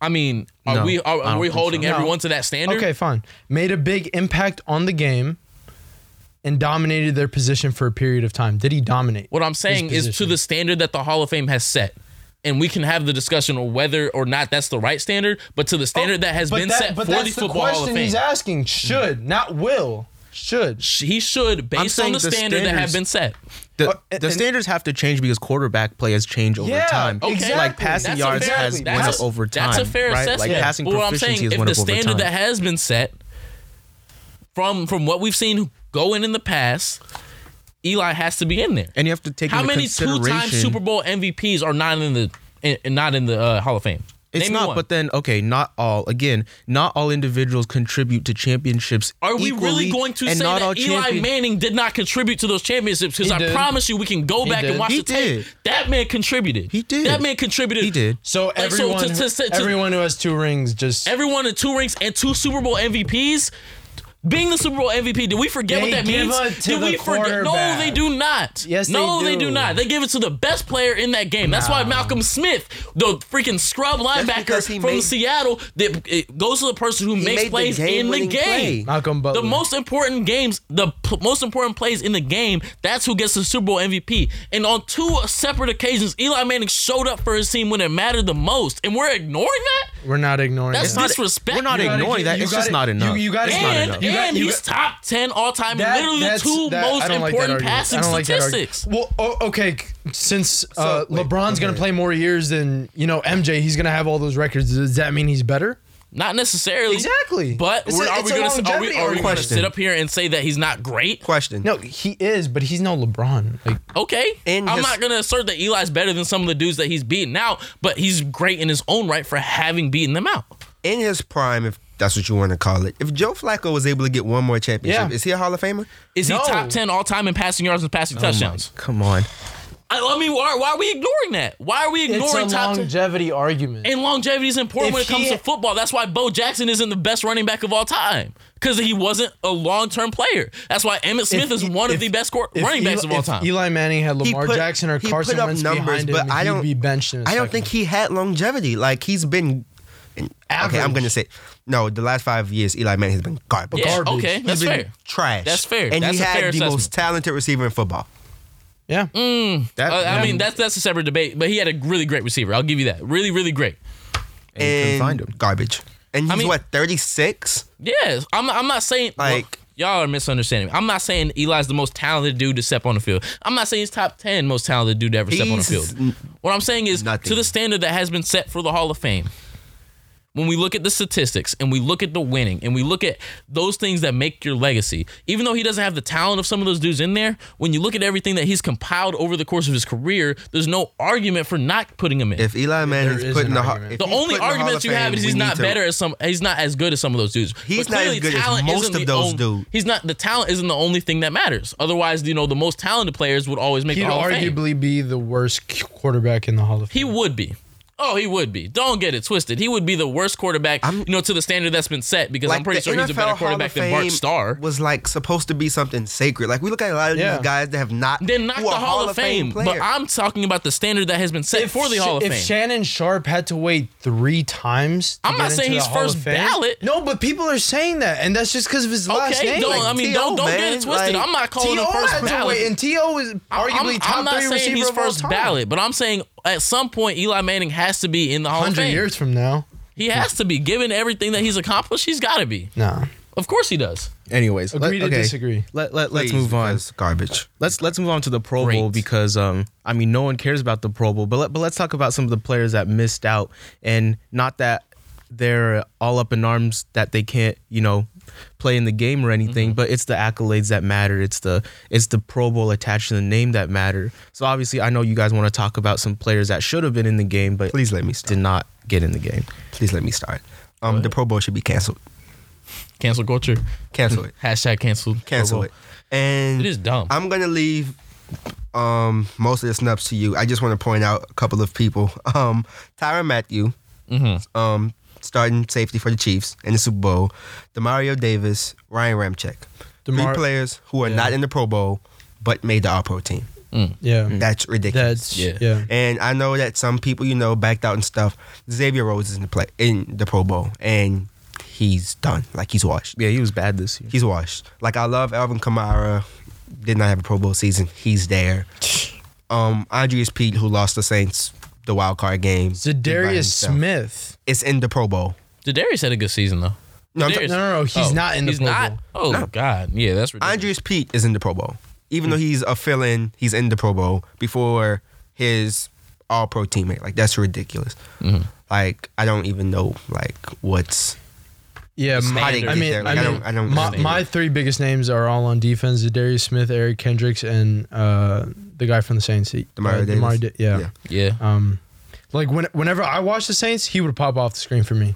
[SPEAKER 2] I mean, are
[SPEAKER 1] No,
[SPEAKER 2] we are,
[SPEAKER 1] I
[SPEAKER 2] are
[SPEAKER 1] don't
[SPEAKER 2] we
[SPEAKER 1] think so.
[SPEAKER 2] holding
[SPEAKER 3] No.
[SPEAKER 2] everyone to that standard?
[SPEAKER 3] Okay, fine. Made a big impact on the game and dominated their position for a period of time. Did he dominate?
[SPEAKER 2] What I'm saying
[SPEAKER 3] his
[SPEAKER 2] is to
[SPEAKER 3] position?
[SPEAKER 2] the standard that the Hall of Fame has set. And we can have the discussion on whether or not that's the right standard,
[SPEAKER 1] Oh,
[SPEAKER 2] but to the standard that has
[SPEAKER 3] But
[SPEAKER 2] been
[SPEAKER 3] that-
[SPEAKER 2] set for
[SPEAKER 3] but
[SPEAKER 2] the
[SPEAKER 3] that's
[SPEAKER 2] Football
[SPEAKER 3] question
[SPEAKER 2] Hall of Fame.
[SPEAKER 3] He's asking should, not will. Should.
[SPEAKER 2] Sh- he should, based on
[SPEAKER 1] saying
[SPEAKER 2] the,
[SPEAKER 1] the
[SPEAKER 2] standard that have
[SPEAKER 1] standards-
[SPEAKER 2] been set.
[SPEAKER 1] The,
[SPEAKER 3] Uh, and-
[SPEAKER 1] the standards have to change because quarterback play has changed over
[SPEAKER 3] Yeah,
[SPEAKER 1] time.
[SPEAKER 3] okay.
[SPEAKER 1] Like
[SPEAKER 3] Exactly.
[SPEAKER 1] passing
[SPEAKER 2] That's a
[SPEAKER 1] yards
[SPEAKER 2] fair-
[SPEAKER 1] has
[SPEAKER 2] that's
[SPEAKER 1] went
[SPEAKER 2] a-
[SPEAKER 1] up over time.
[SPEAKER 2] That's a fair
[SPEAKER 1] right?
[SPEAKER 2] assessment.
[SPEAKER 1] Like passing
[SPEAKER 2] but what I'm
[SPEAKER 1] proficiency
[SPEAKER 2] saying,
[SPEAKER 1] has
[SPEAKER 2] if
[SPEAKER 1] went
[SPEAKER 2] the
[SPEAKER 1] up over
[SPEAKER 2] standard
[SPEAKER 1] time.
[SPEAKER 2] that has been set from from what we've seen go in in the past, Eli has to be in there.
[SPEAKER 1] and you have to take
[SPEAKER 2] How
[SPEAKER 1] into
[SPEAKER 2] many two-time
[SPEAKER 1] consideration-
[SPEAKER 2] Super Bowl MVPs are not in the in, not in the uh, Hall of Fame?
[SPEAKER 1] It's
[SPEAKER 2] Name me
[SPEAKER 1] not,
[SPEAKER 2] one.
[SPEAKER 1] but then okay, not all. Again, not all individuals contribute to championships.
[SPEAKER 2] Are we really
[SPEAKER 1] equally,
[SPEAKER 2] going to
[SPEAKER 1] and
[SPEAKER 2] say
[SPEAKER 1] not
[SPEAKER 2] that
[SPEAKER 1] all
[SPEAKER 2] Eli
[SPEAKER 1] champion-
[SPEAKER 2] Manning did not contribute to those championships? Because
[SPEAKER 3] He
[SPEAKER 2] I
[SPEAKER 3] did.
[SPEAKER 2] promise you, we can go back
[SPEAKER 3] did.
[SPEAKER 2] and watch
[SPEAKER 1] He
[SPEAKER 2] the tape.
[SPEAKER 1] did.
[SPEAKER 2] That man contributed.
[SPEAKER 1] He did.
[SPEAKER 2] That man contributed.
[SPEAKER 1] He did.
[SPEAKER 3] So
[SPEAKER 2] Like,
[SPEAKER 3] everyone,
[SPEAKER 2] to- to- to- to-
[SPEAKER 3] everyone who has two rings just
[SPEAKER 2] everyone in two rings and two Super Bowl MVPs. Being the Super Bowl MVP, did we forget
[SPEAKER 3] They
[SPEAKER 2] what that
[SPEAKER 3] give
[SPEAKER 2] means?
[SPEAKER 3] it to
[SPEAKER 2] did we
[SPEAKER 3] the
[SPEAKER 2] forget? No,
[SPEAKER 3] quarterback.
[SPEAKER 2] they do not.
[SPEAKER 3] Yes,
[SPEAKER 2] no,
[SPEAKER 3] they
[SPEAKER 2] they
[SPEAKER 3] do.
[SPEAKER 2] do not. They give it to the best player in that game. That's why Malcolm Smith, the freaking scrub linebacker
[SPEAKER 4] because he
[SPEAKER 2] from
[SPEAKER 4] made-
[SPEAKER 2] Seattle, that it goes to the person who makes
[SPEAKER 4] made the
[SPEAKER 2] plays in the
[SPEAKER 4] game-winning
[SPEAKER 2] game.
[SPEAKER 4] play.
[SPEAKER 3] Malcolm Butler.
[SPEAKER 2] The most important games, the p- most important plays in the game, that's who gets the Super Bowl MVP. And on two separate occasions, Eli Manning showed up for his team when it mattered the most, and we're ignoring that.
[SPEAKER 3] We're not ignoring.
[SPEAKER 2] That's
[SPEAKER 3] it.
[SPEAKER 2] not
[SPEAKER 1] It's
[SPEAKER 2] disrespect.
[SPEAKER 1] We're not
[SPEAKER 3] You gotta
[SPEAKER 1] ignoring
[SPEAKER 3] give-
[SPEAKER 1] that.
[SPEAKER 3] you
[SPEAKER 1] It's
[SPEAKER 3] gotta-
[SPEAKER 1] just not
[SPEAKER 3] you-
[SPEAKER 1] enough.
[SPEAKER 3] you gotta-
[SPEAKER 1] It's not
[SPEAKER 2] And,
[SPEAKER 1] enough.
[SPEAKER 3] You got-
[SPEAKER 2] and
[SPEAKER 3] you
[SPEAKER 2] he's top 10 all time,
[SPEAKER 3] That-
[SPEAKER 2] literally the
[SPEAKER 3] that's-
[SPEAKER 2] two
[SPEAKER 3] that- I
[SPEAKER 2] most
[SPEAKER 3] don't like that
[SPEAKER 2] important
[SPEAKER 3] argument.
[SPEAKER 2] passing
[SPEAKER 3] I don't like that argument.
[SPEAKER 2] statistics.
[SPEAKER 3] well, oh, okay. c- Since uh,
[SPEAKER 4] wait,
[SPEAKER 3] LeBron's
[SPEAKER 4] okay.
[SPEAKER 3] gonna play more years than you know MJ, he's gonna have all those records. Does that mean he's better?
[SPEAKER 2] Not necessarily.
[SPEAKER 3] Exactly.
[SPEAKER 2] But
[SPEAKER 3] It's
[SPEAKER 2] we're,
[SPEAKER 3] a-
[SPEAKER 2] are
[SPEAKER 3] it's
[SPEAKER 2] we
[SPEAKER 3] a
[SPEAKER 2] going to are we,
[SPEAKER 3] longevity
[SPEAKER 2] are we going to
[SPEAKER 4] question.
[SPEAKER 2] sit up here and say that he's not great?
[SPEAKER 4] Question.
[SPEAKER 3] No, he is, but he's no LeBron. Like
[SPEAKER 2] Okay.
[SPEAKER 4] And
[SPEAKER 2] I'm
[SPEAKER 4] his-
[SPEAKER 2] not going to assert that Eli's better than some of the dudes that he's beaten now, but he's great in his own right for having beaten them out.
[SPEAKER 4] In his prime, if that's what you want to call it, if Joe Flacco was able to get one more championship,
[SPEAKER 3] Yeah.
[SPEAKER 4] is he a Hall of Famer?
[SPEAKER 2] Is he
[SPEAKER 3] No.
[SPEAKER 2] top 10 all time in passing yards and passing touchdowns?
[SPEAKER 1] Come on.
[SPEAKER 2] I, I mean, why, why are we ignoring that? Why are we
[SPEAKER 3] it's
[SPEAKER 2] ignoring
[SPEAKER 3] a
[SPEAKER 2] top 10?
[SPEAKER 3] longevity argument.
[SPEAKER 2] And longevity is important
[SPEAKER 3] If
[SPEAKER 2] when it comes
[SPEAKER 3] he-
[SPEAKER 2] to football. That's why Bo Jackson isn't the best running back of all time because he wasn't a long term player. That's why Emmett Smith is
[SPEAKER 3] he-
[SPEAKER 2] one of
[SPEAKER 3] if-
[SPEAKER 2] the best cor-
[SPEAKER 3] If
[SPEAKER 2] running backs
[SPEAKER 3] Eli-
[SPEAKER 2] of all
[SPEAKER 3] if
[SPEAKER 2] time.
[SPEAKER 3] Eli Manning had Lamar
[SPEAKER 4] put-
[SPEAKER 3] Jackson or
[SPEAKER 4] he
[SPEAKER 3] Carson
[SPEAKER 4] put up
[SPEAKER 3] Wentz
[SPEAKER 4] numbers,
[SPEAKER 3] behind him,
[SPEAKER 4] but I
[SPEAKER 3] he'd
[SPEAKER 4] don't-
[SPEAKER 3] be benched. In a
[SPEAKER 4] I don't
[SPEAKER 3] second.
[SPEAKER 4] think he had longevity. Like he's been. Okay, I'm
[SPEAKER 3] Average.
[SPEAKER 4] gonna say no. The last five years, Eli Manning has been garbage.
[SPEAKER 2] yeah,
[SPEAKER 3] garbage.
[SPEAKER 2] okay,
[SPEAKER 3] He's
[SPEAKER 2] that's
[SPEAKER 4] He's been
[SPEAKER 2] fair.
[SPEAKER 4] Trash.
[SPEAKER 2] That's fair.
[SPEAKER 4] And
[SPEAKER 2] That's
[SPEAKER 4] he
[SPEAKER 2] a
[SPEAKER 4] had
[SPEAKER 2] fair
[SPEAKER 4] the most
[SPEAKER 2] assessment.
[SPEAKER 4] talented receiver in football.
[SPEAKER 3] Yeah.
[SPEAKER 1] That,
[SPEAKER 2] Uh, I mean, that's that's a separate debate, but he had a really great receiver. I'll give you that. Really, really great.
[SPEAKER 1] and you couldn't
[SPEAKER 4] and
[SPEAKER 1] find him.
[SPEAKER 4] Garbage. And he's
[SPEAKER 2] mean-
[SPEAKER 4] what 36.
[SPEAKER 2] Yes, I'm. I'm not saying
[SPEAKER 4] Like-
[SPEAKER 2] well, y'all are misunderstanding. me. I'm not saying Eli's the most talented dude to step on the field. I'm not saying he's top ten most talented dude to ever step on the
[SPEAKER 4] He's
[SPEAKER 2] field.
[SPEAKER 4] n-
[SPEAKER 2] What I'm saying is
[SPEAKER 4] nothing.
[SPEAKER 2] to the standard that has been set for the Hall of Fame. When we look at the statistics and we look at the winning and we look at those things that make your legacy, even though he doesn't have the talent of some of those dudes in there, when you look at everything that he's compiled over the course of his career, there's no argument for not putting him in.
[SPEAKER 4] If Eli Manning's
[SPEAKER 3] is
[SPEAKER 4] put in
[SPEAKER 3] an
[SPEAKER 4] the Hall-
[SPEAKER 3] argument.
[SPEAKER 4] if
[SPEAKER 2] The
[SPEAKER 4] he's put
[SPEAKER 2] only
[SPEAKER 4] in Hall
[SPEAKER 2] argument
[SPEAKER 4] of
[SPEAKER 2] you have
[SPEAKER 4] Fame,
[SPEAKER 2] is
[SPEAKER 4] we
[SPEAKER 2] he's
[SPEAKER 4] need
[SPEAKER 2] not
[SPEAKER 4] to-
[SPEAKER 2] better as some. He's not as good as some of those dudes.
[SPEAKER 4] He's
[SPEAKER 2] But
[SPEAKER 4] not as
[SPEAKER 2] clearly
[SPEAKER 4] good as
[SPEAKER 2] talent
[SPEAKER 4] most
[SPEAKER 2] isn't
[SPEAKER 4] of
[SPEAKER 2] the
[SPEAKER 4] those
[SPEAKER 2] on-
[SPEAKER 4] dudes.
[SPEAKER 2] He's not. The talent isn't the only thing that matters. Otherwise, you know, the most talented players would always make
[SPEAKER 3] He'd
[SPEAKER 2] the Hall of Fame.
[SPEAKER 3] arguably be the worst qu- quarterback in the Hall of Fame.
[SPEAKER 2] He would be. Oh, he would be. Don't get it twisted. He would be the worst quarterback, you know, to the standard that's been set. Because I'm pretty
[SPEAKER 4] the
[SPEAKER 2] sure he's a
[SPEAKER 4] NFL
[SPEAKER 2] better
[SPEAKER 4] Hall
[SPEAKER 2] quarterback
[SPEAKER 4] of
[SPEAKER 2] than Bart
[SPEAKER 4] Fame
[SPEAKER 2] Starr.
[SPEAKER 4] Was like supposed to be something sacred. Like we look at a lot of
[SPEAKER 3] Yeah.
[SPEAKER 4] these guys that have not
[SPEAKER 2] Then not
[SPEAKER 4] who
[SPEAKER 2] the
[SPEAKER 4] are
[SPEAKER 2] Hall of Fame. but
[SPEAKER 4] players.
[SPEAKER 2] I'm talking about the standard that has been set for the
[SPEAKER 3] Sh-
[SPEAKER 2] Hall of
[SPEAKER 3] if
[SPEAKER 2] Fame.
[SPEAKER 3] Shannon Sharp had to wait three times, to
[SPEAKER 2] I'm not
[SPEAKER 3] get
[SPEAKER 2] saying
[SPEAKER 3] into
[SPEAKER 2] he's
[SPEAKER 3] the Hall of
[SPEAKER 2] first
[SPEAKER 3] Fame-
[SPEAKER 2] ballot.
[SPEAKER 3] No, but people are saying that, and that's just because of his last
[SPEAKER 2] okay,
[SPEAKER 3] name.
[SPEAKER 2] don't.
[SPEAKER 3] Like,
[SPEAKER 2] I mean,
[SPEAKER 4] T.O.,
[SPEAKER 2] don't don't get
[SPEAKER 4] man,
[SPEAKER 2] it twisted.
[SPEAKER 4] like,
[SPEAKER 2] I'm not calling him
[SPEAKER 3] T.O.
[SPEAKER 2] first
[SPEAKER 3] had to
[SPEAKER 2] ballot.
[SPEAKER 3] wait, and T.O. is arguably
[SPEAKER 2] I'm,
[SPEAKER 3] top
[SPEAKER 2] I'm not
[SPEAKER 3] three
[SPEAKER 2] saying
[SPEAKER 3] receiver
[SPEAKER 2] he's
[SPEAKER 3] of all
[SPEAKER 2] first
[SPEAKER 3] time.
[SPEAKER 2] ballot, but I'm saying at some point Eli Manning has to be in the Hall of
[SPEAKER 3] Hundred
[SPEAKER 2] Fame.
[SPEAKER 3] years from now,
[SPEAKER 2] He has to be. Given everything that he's accomplished, he's got to be.
[SPEAKER 3] nah.
[SPEAKER 2] Of course he does.
[SPEAKER 1] Anyways,
[SPEAKER 3] Agree to disagree.
[SPEAKER 1] Let, let, let's
[SPEAKER 4] Please,
[SPEAKER 1] move on.
[SPEAKER 4] because Garbage.
[SPEAKER 1] Let's let's move on to the Pro
[SPEAKER 2] Great.
[SPEAKER 1] Bowl because um I mean no one cares about the Pro Bowl, but let, but let's talk about some of the players that missed out and not that they're all up in arms that they can't you know play in the game or anything,
[SPEAKER 2] Mm-hmm.
[SPEAKER 1] but it's the accolades that matter. It's the it's the Pro Bowl attached to the name that matter. So obviously I know you guys want to talk about some players that should have been in the game but
[SPEAKER 4] Please let me stop.
[SPEAKER 1] did not get in the game.
[SPEAKER 4] Please let me start. Um, the Pro Bowl should be canceled.
[SPEAKER 2] Cancel culture.
[SPEAKER 4] Cancel it.
[SPEAKER 2] Hashtag canceled.
[SPEAKER 4] Cancel it. And
[SPEAKER 2] It is dumb.
[SPEAKER 4] I'm gonna leave um most of the snubs to you. I just want to point out a couple of people. Um, Tyron Matthew,
[SPEAKER 2] Mm-hmm.
[SPEAKER 4] um, starting safety for the Chiefs in the Super Bowl. Demario Davis, Ryan Ramchek,
[SPEAKER 3] Demar-
[SPEAKER 4] three players who are not in the Pro Bowl but made the All Pro team.
[SPEAKER 3] Yeah,
[SPEAKER 2] Mm.
[SPEAKER 4] That's ridiculous.
[SPEAKER 3] that's
[SPEAKER 2] Yeah.
[SPEAKER 3] Mm. yeah.
[SPEAKER 4] and I know that some people, you know, backed out and stuff. Xavier Rhodes is in the play in the Pro Bowl, and he's done. Like he's washed.
[SPEAKER 1] Yeah, he was bad this year.
[SPEAKER 4] He's washed. Like I love Alvin Kamara. Did not have a Pro Bowl season. He's there. Um, Andreas Pete, who lost the Saints the wild card game. by
[SPEAKER 3] Zadarius
[SPEAKER 4] himself.
[SPEAKER 3] Smith.
[SPEAKER 4] It's in the Pro Bowl.
[SPEAKER 2] Darius had a good season though.
[SPEAKER 4] No, I'm
[SPEAKER 2] Darius-
[SPEAKER 4] t-
[SPEAKER 3] No, no, no. He's
[SPEAKER 2] Oh,
[SPEAKER 3] not in the
[SPEAKER 2] he's
[SPEAKER 3] Pro
[SPEAKER 2] not?
[SPEAKER 3] Bowl.
[SPEAKER 2] Oh God. Yeah, that's ridiculous.
[SPEAKER 4] Andreas Pete is in the Pro Bowl. Even though he's a fill in, he's in the Pro Bowl before his all pro teammate. Like that's ridiculous. Like I don't even know like what's
[SPEAKER 3] Yeah,
[SPEAKER 4] Just
[SPEAKER 3] my,
[SPEAKER 4] how
[SPEAKER 3] I
[SPEAKER 4] they
[SPEAKER 3] mean,
[SPEAKER 4] get
[SPEAKER 3] I mean,
[SPEAKER 4] there. Like, I don't- I don't
[SPEAKER 3] my,
[SPEAKER 4] understand
[SPEAKER 3] my
[SPEAKER 4] it.
[SPEAKER 3] three biggest names are all on defense: Darius Smith, Eric Kendricks, and uh, the guy from the Saints, he-
[SPEAKER 4] Demario
[SPEAKER 3] uh,
[SPEAKER 4] Davis.
[SPEAKER 3] Demario Da- yeah.
[SPEAKER 4] Yeah.
[SPEAKER 2] yeah.
[SPEAKER 3] Um, like when, whenever I watched the Saints, he would pop off the screen for me.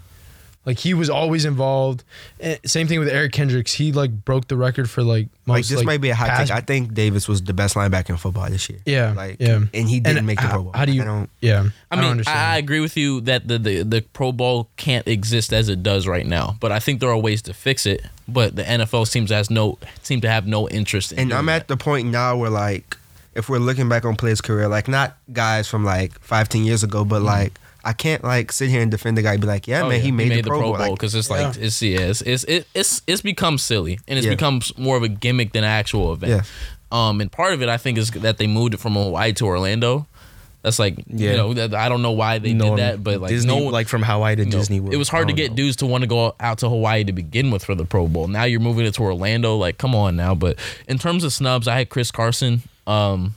[SPEAKER 3] Like he was always involved. And same thing with Eric Kendricks. He like broke the record for like most.
[SPEAKER 4] like this might be a hot
[SPEAKER 3] pass-
[SPEAKER 4] take. I think Davis was the best linebacker in football this year.
[SPEAKER 3] Yeah,
[SPEAKER 4] Like
[SPEAKER 3] yeah.
[SPEAKER 4] and he didn't
[SPEAKER 3] And
[SPEAKER 4] make the
[SPEAKER 3] how-
[SPEAKER 4] Pro Bowl.
[SPEAKER 3] How do you?
[SPEAKER 4] I don't
[SPEAKER 3] yeah,
[SPEAKER 2] I
[SPEAKER 3] don't
[SPEAKER 2] mean,
[SPEAKER 3] understand.
[SPEAKER 2] I, I agree with you that the, the the Pro Bowl can't exist as it does right now, but I think there are ways to fix it. But the NFL seems has no seem to have no interest. in
[SPEAKER 4] and
[SPEAKER 2] doing
[SPEAKER 4] I'm
[SPEAKER 2] that.
[SPEAKER 4] at the point now where like if we're looking back on players' career, like not guys from like five, ten years ago, but like I can't like sit here and defend the guy and be like, yeah,
[SPEAKER 2] Oh,
[SPEAKER 4] man,
[SPEAKER 2] yeah.
[SPEAKER 4] he, made the Pro, Bowl. Like,
[SPEAKER 2] because it's like
[SPEAKER 3] Yeah.
[SPEAKER 2] it's yeah, it's it's it- it's it's become silly and it's
[SPEAKER 4] Yeah.
[SPEAKER 2] become more of a gimmick than an actual event.
[SPEAKER 4] Yeah.
[SPEAKER 2] Um, and part of it I think is that they moved it from Hawaii to Orlando. That's like
[SPEAKER 1] Yeah.
[SPEAKER 2] you know that, I don't know why they did that, but like
[SPEAKER 1] Disney,
[SPEAKER 2] no one,
[SPEAKER 1] like from Hawaii to
[SPEAKER 2] you know,
[SPEAKER 1] Disney World.
[SPEAKER 2] It was
[SPEAKER 1] I
[SPEAKER 2] hard to
[SPEAKER 1] don't
[SPEAKER 4] Oh,
[SPEAKER 2] get
[SPEAKER 1] know.
[SPEAKER 2] dudes to want to go out to Hawaii to begin with for the Pro Bowl. Now you're moving it to Orlando. Like, come on now. But in terms of snubs, I had Chris Carson, um,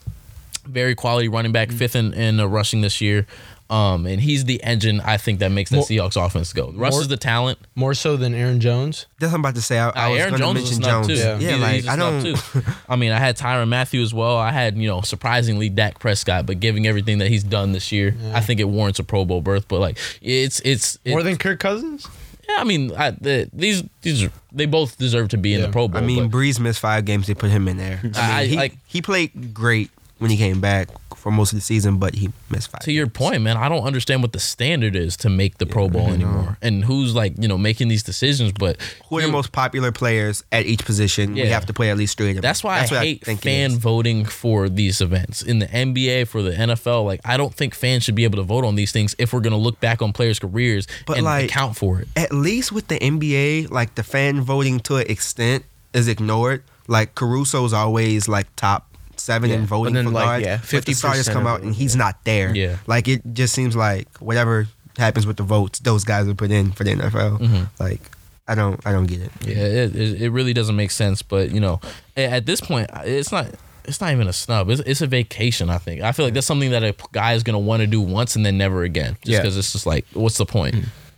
[SPEAKER 2] very quality running back, fifth in, in the rushing this year. Um, and he's the engine I think that makes that
[SPEAKER 3] More-
[SPEAKER 2] Seahawks offense go. Russ
[SPEAKER 3] More-
[SPEAKER 2] is the talent.
[SPEAKER 3] More so than Aaron Jones.
[SPEAKER 4] That's what I'm about to say. I, I
[SPEAKER 2] Uh,
[SPEAKER 4] was
[SPEAKER 2] Aaron
[SPEAKER 4] going to
[SPEAKER 2] Jones is a
[SPEAKER 4] mention
[SPEAKER 2] snub
[SPEAKER 4] Jones.
[SPEAKER 2] too.
[SPEAKER 4] Yeah,
[SPEAKER 2] He's-
[SPEAKER 4] like
[SPEAKER 2] he's a
[SPEAKER 4] I
[SPEAKER 2] snub,
[SPEAKER 4] don't.
[SPEAKER 2] too. I mean, I had Tyron Matthew as well. I had you know surprisingly Dak Prescott, but given everything that he's done this year, I think it warrants a Pro Bowl berth. But like, it's it's, it's
[SPEAKER 3] More than Kirk Cousins?
[SPEAKER 2] yeah, I mean, I, the, these these are- they both deserve to be in the
[SPEAKER 3] Yeah.
[SPEAKER 2] Pro Bowl.
[SPEAKER 4] I mean,
[SPEAKER 2] but
[SPEAKER 4] Breeze missed five games. They put him in there. I mean,
[SPEAKER 2] I-
[SPEAKER 4] he,
[SPEAKER 2] like-
[SPEAKER 4] he played great when he came back for most of the season, but he missed five.
[SPEAKER 2] to your point, man, I don't understand what the standard is to make the Pro Bowl anymore, and who's like you know making these decisions. But
[SPEAKER 4] Who are the
[SPEAKER 2] you-
[SPEAKER 4] most popular players at each position?
[SPEAKER 2] Yeah.
[SPEAKER 4] We have to play at least three of them.
[SPEAKER 2] That's why I
[SPEAKER 4] what
[SPEAKER 2] hate
[SPEAKER 4] think it
[SPEAKER 2] fan
[SPEAKER 4] is.
[SPEAKER 2] voting for these events in the NBA for the NFL. Like I don't think fans should be able to vote on these things if we're gonna look back on players' careers
[SPEAKER 4] But,
[SPEAKER 2] and
[SPEAKER 4] like,
[SPEAKER 2] account for it.
[SPEAKER 4] At least with the NBA, like the fan voting to an extent is ignored. Like Caruso's always like top seven
[SPEAKER 1] Yeah,
[SPEAKER 4] in
[SPEAKER 1] but
[SPEAKER 4] voting
[SPEAKER 1] then,
[SPEAKER 4] for
[SPEAKER 1] like,
[SPEAKER 4] guards.
[SPEAKER 1] yeah,
[SPEAKER 4] but the starters
[SPEAKER 1] 50%
[SPEAKER 4] come
[SPEAKER 1] of
[SPEAKER 4] out
[SPEAKER 1] it,
[SPEAKER 4] and he's
[SPEAKER 1] yeah.
[SPEAKER 4] not there.
[SPEAKER 2] Yeah.
[SPEAKER 4] Like it just seems like whatever happens with the votes, those guys are put in for the NFL.
[SPEAKER 2] Mm-hmm.
[SPEAKER 4] Like I don't, I don't get it.
[SPEAKER 2] Yeah, it, it, it really doesn't make sense. But you know, a- at this point, it's not. It's not even a snub. It's, it's a vacation. I think. I feel like that's something that a guy is gonna want to do once and then never again. Just
[SPEAKER 1] Yeah.
[SPEAKER 2] because it's just like, what's the point?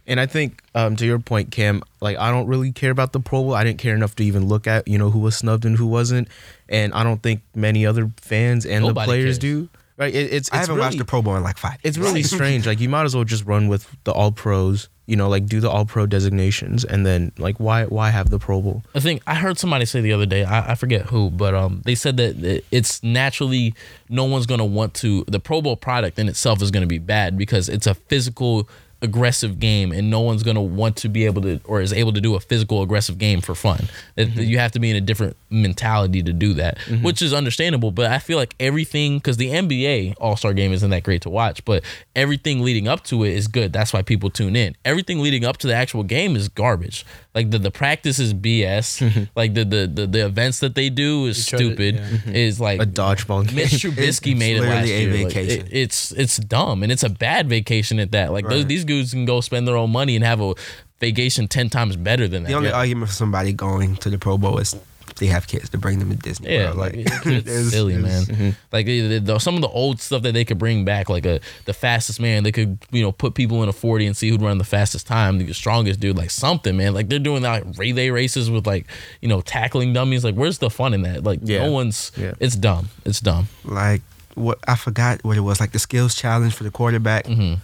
[SPEAKER 1] And I think um, to your point, Cam, like I don't really care about the Pro Bowl. I didn't care enough to even look at you know who was snubbed and who wasn't, and I don't think many other fans and the
[SPEAKER 2] Nobody
[SPEAKER 1] players
[SPEAKER 2] cares.
[SPEAKER 1] do. Right? It, it's, it's
[SPEAKER 4] I haven't
[SPEAKER 1] really,
[SPEAKER 4] watched the Pro Bowl in like five.
[SPEAKER 1] It's really strange. Like you might as well just run with the All Pros. You know, like do the All Pro designations, and then like why why have the Pro Bowl?
[SPEAKER 2] I think I heard somebody say the other day. I, I forget who, but um, they said that it- it's naturally no one's gonna want to. The Pro Bowl product in itself is gonna be bad because it's a physical, aggressive game, and no one's gonna want to be able to or is able to do a physical, aggressive game for fun. That that You have to be in a different mentality to do that, which is understandable. But I feel like everything because the NBA All Star Game isn't that great to watch, but everything leading up to it is good. That's why people tune in. Everything leading up to the actual game is garbage. Like the the practice is
[SPEAKER 4] Mm-hmm.
[SPEAKER 2] BS. like the, the the the events that they do is
[SPEAKER 3] tried to-
[SPEAKER 2] stupid.
[SPEAKER 4] Mm-hmm.
[SPEAKER 2] Is like
[SPEAKER 1] A dodgeball game.
[SPEAKER 2] Mitch Trubisky
[SPEAKER 4] It's
[SPEAKER 2] made it last
[SPEAKER 4] literally a
[SPEAKER 2] year. Like,
[SPEAKER 4] vacation.
[SPEAKER 2] it- it's it's dumb and it's a bad vacation at that. Like those, these dudes can go spend their own money and have a vacation ten times better than that.
[SPEAKER 4] The only
[SPEAKER 2] Yeah.
[SPEAKER 4] argument for somebody going to the Pro Bowl is they have kids to bring them to Disney.
[SPEAKER 2] Yeah,
[SPEAKER 4] World.
[SPEAKER 2] like
[SPEAKER 4] like
[SPEAKER 2] it's, it's silly, man. Like the, the, the- some of the old stuff that they could bring back, like a the fastest man, they could you know put people in a forty and see who'd run the fastest time, the strongest dude, like something, man. Like they're doing that like, relay races with like you know tackling dummies. Like where's the fun in that? Like
[SPEAKER 1] Yeah.
[SPEAKER 2] no one's.
[SPEAKER 1] Yeah.
[SPEAKER 2] It's dumb. It's dumb.
[SPEAKER 4] Like what I forgot what it was. Like the skills challenge for the quarterback. W-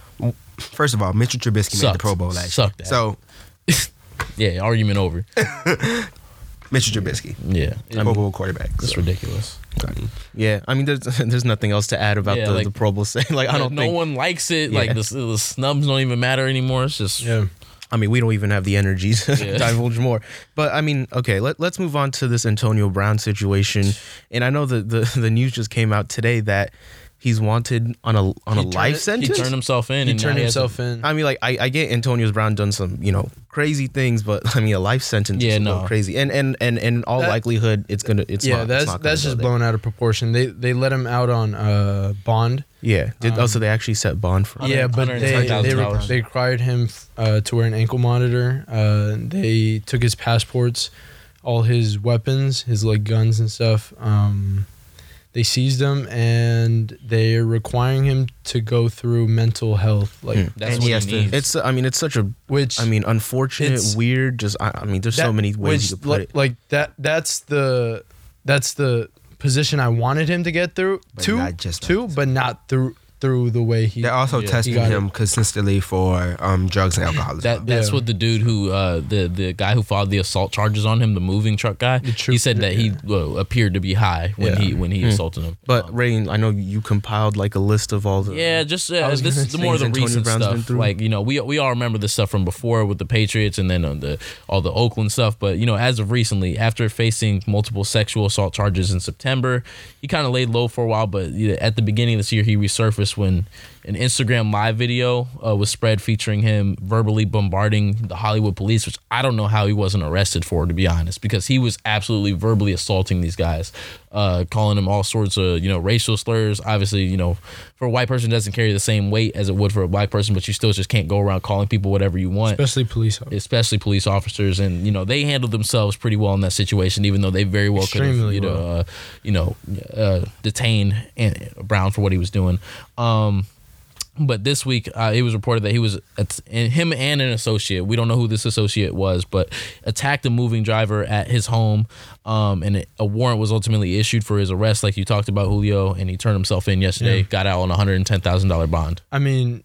[SPEAKER 4] First of all, Mitchell Trubisky made the
[SPEAKER 2] Sucked.
[SPEAKER 4] Pro Bowl last
[SPEAKER 2] Sucked
[SPEAKER 4] year.
[SPEAKER 2] at.
[SPEAKER 4] So
[SPEAKER 2] Yeah, argument over.
[SPEAKER 4] Mitchell Trubisky,
[SPEAKER 2] Yeah,
[SPEAKER 4] Pro Bowl quarterback.
[SPEAKER 2] it's
[SPEAKER 4] So,
[SPEAKER 2] ridiculous.
[SPEAKER 1] Yeah, I mean, there's there's nothing else to add about
[SPEAKER 2] Yeah,
[SPEAKER 1] the,
[SPEAKER 2] like-
[SPEAKER 1] the Pro Bowl. Saying like I don't
[SPEAKER 2] no
[SPEAKER 1] think
[SPEAKER 2] one likes it.
[SPEAKER 1] Yeah.
[SPEAKER 2] Like the, the snubs don't even matter anymore. It's just
[SPEAKER 3] Yeah.
[SPEAKER 1] I mean, we don't even have the energy to
[SPEAKER 2] Yeah.
[SPEAKER 1] divulge more. But I mean, okay, let, let's move on to this Antonio Brown situation. And I know the, the, the news just came out today that he's wanted on a on a
[SPEAKER 3] turned
[SPEAKER 1] life
[SPEAKER 3] it-
[SPEAKER 2] he
[SPEAKER 1] sentence.
[SPEAKER 2] turned himself in
[SPEAKER 3] He
[SPEAKER 2] and now
[SPEAKER 3] turned
[SPEAKER 2] has to-
[SPEAKER 3] himself in.
[SPEAKER 1] I mean, like I, I get Antonio Brown done some you know crazy things, but I mean a life sentence
[SPEAKER 2] Yeah,
[SPEAKER 1] is a little
[SPEAKER 2] no.
[SPEAKER 1] crazy. And and and and in all
[SPEAKER 3] That-
[SPEAKER 1] likelihood, it's gonna it's
[SPEAKER 3] yeah,
[SPEAKER 1] not, it's
[SPEAKER 3] that's
[SPEAKER 1] not gonna
[SPEAKER 3] that's
[SPEAKER 1] go
[SPEAKER 3] just
[SPEAKER 1] there.
[SPEAKER 3] blown out of proportion. They they let him out on uh bond.
[SPEAKER 1] Yeah, did, oh, so they actually set bond for him.
[SPEAKER 3] Um, Yeah, but they they, re-
[SPEAKER 2] $110,000.
[SPEAKER 3] they required him f- uh, to wear an ankle monitor. Uh, they took his passports, all his weapons, his like guns and stuff. Um, they seized him, and they're requiring him to go through mental health, like
[SPEAKER 2] That's
[SPEAKER 4] And
[SPEAKER 2] what
[SPEAKER 4] he
[SPEAKER 2] he
[SPEAKER 4] has to-
[SPEAKER 2] needs.
[SPEAKER 1] It's I mean it's such a
[SPEAKER 3] which
[SPEAKER 1] Hmm. I mean unfortunate
[SPEAKER 3] It's-
[SPEAKER 1] weird just I, I mean there's so
[SPEAKER 3] that-
[SPEAKER 1] many ways
[SPEAKER 3] which
[SPEAKER 1] you could
[SPEAKER 3] li-
[SPEAKER 1] put it.
[SPEAKER 3] Like that. That's the that's the position I wanted him to get through
[SPEAKER 4] But
[SPEAKER 3] to
[SPEAKER 4] not just
[SPEAKER 3] to, but not through through the way he.
[SPEAKER 4] They're also
[SPEAKER 2] Yeah.
[SPEAKER 4] testing
[SPEAKER 3] He got
[SPEAKER 4] him consistently for um, drugs and alcohol. as
[SPEAKER 2] That
[SPEAKER 4] well.
[SPEAKER 2] that's
[SPEAKER 3] Yeah.
[SPEAKER 2] what the dude who uh, the the guy who filed the assault charges on him, the moving truck guy.
[SPEAKER 3] true-
[SPEAKER 2] he said that he well, appeared to be high when
[SPEAKER 3] Yeah.
[SPEAKER 2] he when he assaulted him. Um,
[SPEAKER 1] But Ray, I know you compiled like a list of all the
[SPEAKER 2] Yeah, just uh,
[SPEAKER 3] was
[SPEAKER 2] this
[SPEAKER 3] gonna
[SPEAKER 2] is the
[SPEAKER 1] say
[SPEAKER 2] more of the
[SPEAKER 1] Antonio
[SPEAKER 2] recent
[SPEAKER 1] Brown's been
[SPEAKER 2] stuff.
[SPEAKER 1] through.
[SPEAKER 2] Like you know, we we all remember this stuff from before with the Patriots and then on the all the Oakland stuff. But you know, as of recently, after facing multiple sexual assault charges in September, he kind of laid low for a while. But you know, at the beginning of this year, he resurfaced when an Instagram live video uh, was spread featuring him verbally bombarding the Hollywood police, which I don't know how he wasn't arrested for, to be honest, because he was absolutely verbally assaulting these guys, uh, calling them all sorts of you know racial slurs. Obviously, you know, for a white person it doesn't carry the same weight as it would for a black person, but you still just can't go around calling people whatever you want.
[SPEAKER 3] especially police officers.
[SPEAKER 2] Especially police officers, and you know they handled themselves pretty well in that situation, even though they very well could have,
[SPEAKER 3] Extremely
[SPEAKER 2] you know,
[SPEAKER 3] well.
[SPEAKER 2] uh, you know, uh, detained An- Brown for what he was doing. Um, But this week, uh, it was reported that he was at- and him and an associate. We don't know who this associate was, but attacked a moving driver at his home, um, and a warrant was ultimately issued for his arrest. Like you talked about, Julio, and he turned himself in yesterday. Got out on a hundred and ten thousand dollar bond.
[SPEAKER 3] I mean,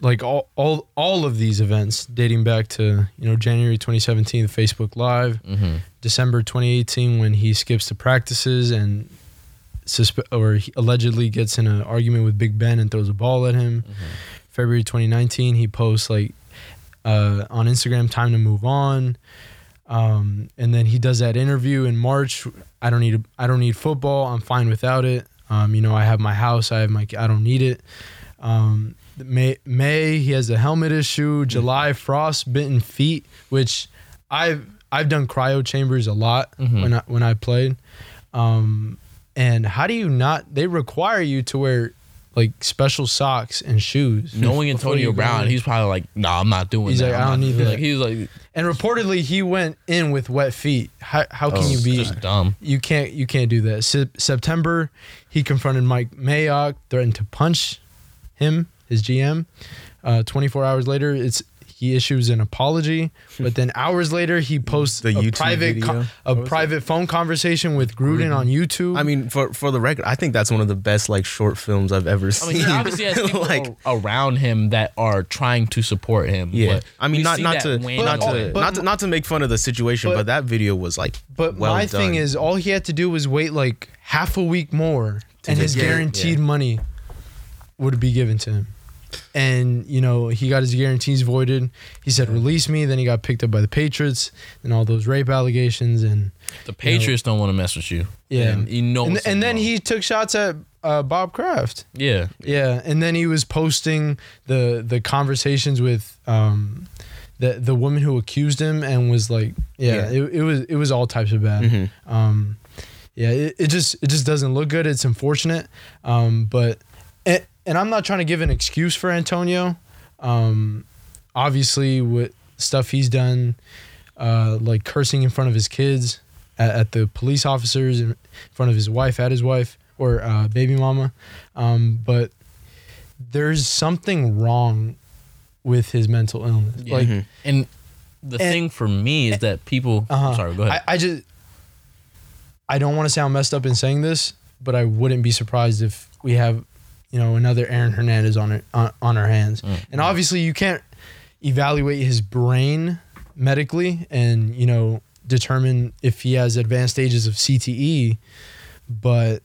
[SPEAKER 3] like all, all all of these events dating back to you know January 2017, the Facebook Live,
[SPEAKER 2] Mm-hmm.
[SPEAKER 3] December 2018 when he skips the practices and suspe- or he allegedly gets in an argument with Big Ben and throws a ball at him. February 2019, he posts like uh, on Instagram, "Time to move on." Um, and then he does that interview in March. I don't need I don't need football. I'm fine without it. Um, you know, I have my house. I have my. I don't need it. Um, May, May he has a helmet
[SPEAKER 2] Mm-hmm.
[SPEAKER 3] issue. July frostbitten feet, which I've I've done cryo chambers a lot
[SPEAKER 2] Mm-hmm.
[SPEAKER 3] when I when I played. Um, and how do you not? They require you to wear like special socks and shoes.
[SPEAKER 2] Knowing
[SPEAKER 3] before
[SPEAKER 2] Antonio
[SPEAKER 3] you go
[SPEAKER 2] Brown,
[SPEAKER 3] in.
[SPEAKER 2] he's probably like, "No, nah, I'm not doing
[SPEAKER 3] He's
[SPEAKER 2] that.
[SPEAKER 3] like,
[SPEAKER 2] I'm
[SPEAKER 3] "I
[SPEAKER 2] not
[SPEAKER 3] don't
[SPEAKER 2] doing
[SPEAKER 3] need
[SPEAKER 2] that."
[SPEAKER 3] that.
[SPEAKER 2] Like he was like,
[SPEAKER 3] and reportedly he went in with wet feet. How, how can
[SPEAKER 2] "Oh,
[SPEAKER 3] you be?
[SPEAKER 2] just dumb?"
[SPEAKER 3] you can't you can't do that. Se- September, he confronted Mike Mayock, threatened to punch him, his GM. Uh, 24 hours later, it's he issues an apology, but then hours later he posts
[SPEAKER 1] The
[SPEAKER 3] a
[SPEAKER 1] YouTube
[SPEAKER 3] private co-
[SPEAKER 1] video.
[SPEAKER 3] a private phone conversation with Gruden on YouTube.
[SPEAKER 1] I mean, for for the record, I think that's one of the best like short films I've ever
[SPEAKER 2] I
[SPEAKER 1] seen.
[SPEAKER 2] mean, he obviously has people
[SPEAKER 1] like
[SPEAKER 2] ar- around him that are trying to support him.
[SPEAKER 1] yeah.
[SPEAKER 2] but
[SPEAKER 1] I mean,
[SPEAKER 2] we
[SPEAKER 1] not
[SPEAKER 2] see
[SPEAKER 1] not
[SPEAKER 2] that
[SPEAKER 1] to
[SPEAKER 2] wane
[SPEAKER 1] not
[SPEAKER 2] away.
[SPEAKER 1] to
[SPEAKER 3] But
[SPEAKER 1] not to not to make fun of the situation, but,
[SPEAKER 3] but-
[SPEAKER 1] that video was like
[SPEAKER 3] But
[SPEAKER 1] well
[SPEAKER 3] my
[SPEAKER 1] done.
[SPEAKER 3] thing is, all he had to do was wait like half a week more, and
[SPEAKER 1] get
[SPEAKER 3] his
[SPEAKER 1] it, yeah.
[SPEAKER 3] guaranteed money would be given to him. And you know, he got his guarantees voided. He said, "Release me." Then he got picked up by the Patriots and all those rape allegations, and
[SPEAKER 2] The Patriots don't want to mess with you.
[SPEAKER 3] yeah,
[SPEAKER 2] and you know.
[SPEAKER 3] And,
[SPEAKER 2] what's
[SPEAKER 3] and then
[SPEAKER 2] going on.
[SPEAKER 3] he took shots at uh, Bob Kraft.
[SPEAKER 2] yeah,
[SPEAKER 3] Yeah, and then he was posting the the conversations with um the the woman who accused him and was like, yeah,
[SPEAKER 1] Yeah.
[SPEAKER 3] It, it was it was all types of bad. Um, yeah, it, it just it just doesn't look good. It's unfortunate, um, but and, and I'm not trying to give an excuse for Antonio. Um, obviously, with stuff he's done, uh, like cursing in front of his kids, at, at the police officers, in front of his wife, at his wife or uh, baby mama. Um, but there's something wrong with his mental illness. Like,
[SPEAKER 2] Mm-hmm. and the thing for me is that people.
[SPEAKER 3] uh-huh.
[SPEAKER 2] I'm sorry, go ahead.
[SPEAKER 3] I, I just, I don't want to sound messed up in saying this, but I wouldn't be surprised if we have, you know, another Aaron Hernandez on our, on, on our hands.
[SPEAKER 2] Mm.
[SPEAKER 3] And obviously, you can't evaluate his brain medically and you know determine if he has advanced stages of CTE, but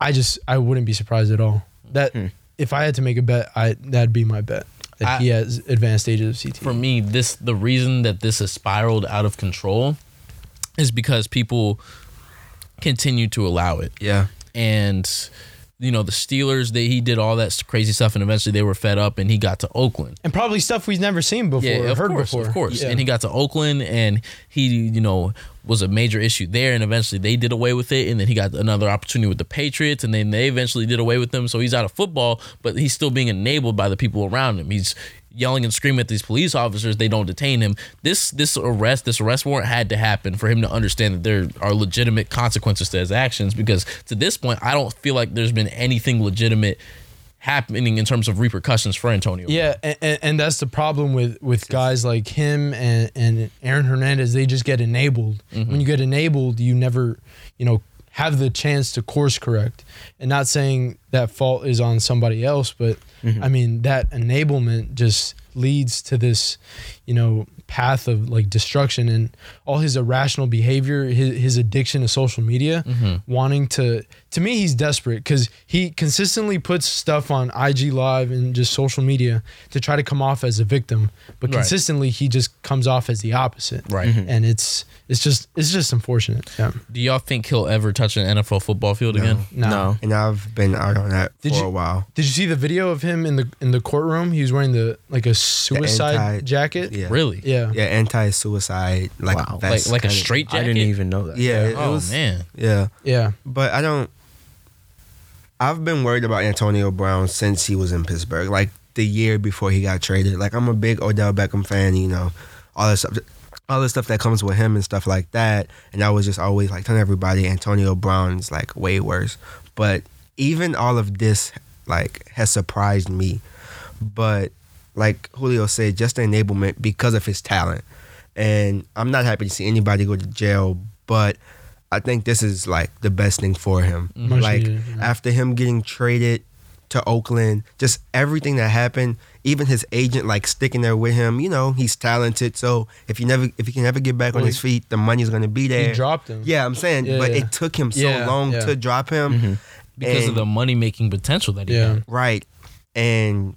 [SPEAKER 3] I just I wouldn't be surprised at all that. If I had to make a bet, I that'd be my bet. That
[SPEAKER 2] Hmm. I-
[SPEAKER 3] he has advanced stages of E. CTE.
[SPEAKER 2] for me, this the reason that this has spiraled out of control is because people continue to allow it.
[SPEAKER 4] Yeah.
[SPEAKER 2] and you know the Steelers they he did all that crazy stuff and eventually they were fed up and he got to Oakland.
[SPEAKER 3] and probably stuff we've never seen before,
[SPEAKER 2] Yeah,
[SPEAKER 3] or
[SPEAKER 2] of
[SPEAKER 3] heard
[SPEAKER 2] course,
[SPEAKER 3] before.
[SPEAKER 2] of course.
[SPEAKER 3] Yeah.
[SPEAKER 2] And he got to Oakland and he you know was a major issue there and eventually they did away with it and then he got another opportunity with the Patriots and then they eventually did away with him so he's out of football but he's still being enabled by the people around him. He's yelling and screaming at these police officers they don't detain him this this arrest this arrest warrant had to happen for him to understand that there are legitimate consequences to his actions because to this point i don't feel like there's been anything legitimate happening in terms of repercussions for antonio
[SPEAKER 3] yeah, and, and, and that's the problem with with guys like him and and Aaron Hernandez. They just get enabled. When you get enabled, you never, you know, have the chance to course correct. And not saying that fault is on somebody else, but I mean that enablement just leads to this, you know, path of like destruction and all his irrational behavior, his, his addiction to social media,
[SPEAKER 2] Mm-hmm.
[SPEAKER 3] wanting to to me he's desperate cuz he consistently puts stuff on IG live and just social media to try to come off as a victim, but
[SPEAKER 2] Right.
[SPEAKER 3] consistently he just comes off as the opposite.
[SPEAKER 2] Right.
[SPEAKER 4] Mm-hmm.
[SPEAKER 2] Mhm.
[SPEAKER 3] And it's it's just it's just unfortunate. Yeah.
[SPEAKER 2] Do y'all think he'll ever touch an NFL football field again?
[SPEAKER 3] No.
[SPEAKER 1] no.
[SPEAKER 4] And I've been out on that
[SPEAKER 3] Did
[SPEAKER 4] for
[SPEAKER 3] you-
[SPEAKER 4] a while.
[SPEAKER 3] Did you see the video of him in the in the courtroom? He was wearing the like a suicide
[SPEAKER 4] anti-
[SPEAKER 3] jacket.
[SPEAKER 4] Yeah.
[SPEAKER 2] Really?
[SPEAKER 3] Yeah.
[SPEAKER 4] Yeah, anti-suicide like
[SPEAKER 1] Wow.
[SPEAKER 2] Like
[SPEAKER 4] vest
[SPEAKER 2] like a
[SPEAKER 4] kinda-
[SPEAKER 2] straight
[SPEAKER 1] I
[SPEAKER 2] jacket.
[SPEAKER 1] didn't even know that.
[SPEAKER 4] Yeah, it
[SPEAKER 2] Oh
[SPEAKER 4] was
[SPEAKER 2] man.
[SPEAKER 4] yeah.
[SPEAKER 3] Yeah.
[SPEAKER 4] But I don't. I've been worried about Antonio Brown since he was in Pittsburgh, like the year before he got traded. Like I'm a big Odell Beckham fan, you know, all this stuff, all the stuff that comes with him and stuff like that. And I was just always like telling everybody Antonio Brown's like way worse. But even all of this like has surprised me. But like Julio said, just the enablement because of his talent. And I'm not happy to see anybody go to jail, but I think this is like the best thing for him.
[SPEAKER 3] Much
[SPEAKER 4] like
[SPEAKER 3] needed, yeah.
[SPEAKER 4] Mm-hmm. after him getting traded to Oakland, just everything that happened, even his agent like sticking there with him, you know, he's talented. So if you never if he can never get back on
[SPEAKER 3] Well,
[SPEAKER 4] his feet, the money's gonna be there.
[SPEAKER 3] dropped him.
[SPEAKER 4] Yeah, I'm saying,
[SPEAKER 3] Yeah,
[SPEAKER 4] but
[SPEAKER 3] yeah.
[SPEAKER 4] it took him so
[SPEAKER 3] Yeah,
[SPEAKER 4] long
[SPEAKER 3] yeah. Mm-hmm.
[SPEAKER 4] to drop him.
[SPEAKER 2] because of
[SPEAKER 4] And-
[SPEAKER 2] the money making potential that he
[SPEAKER 3] Yeah.
[SPEAKER 2] had.
[SPEAKER 4] Right. And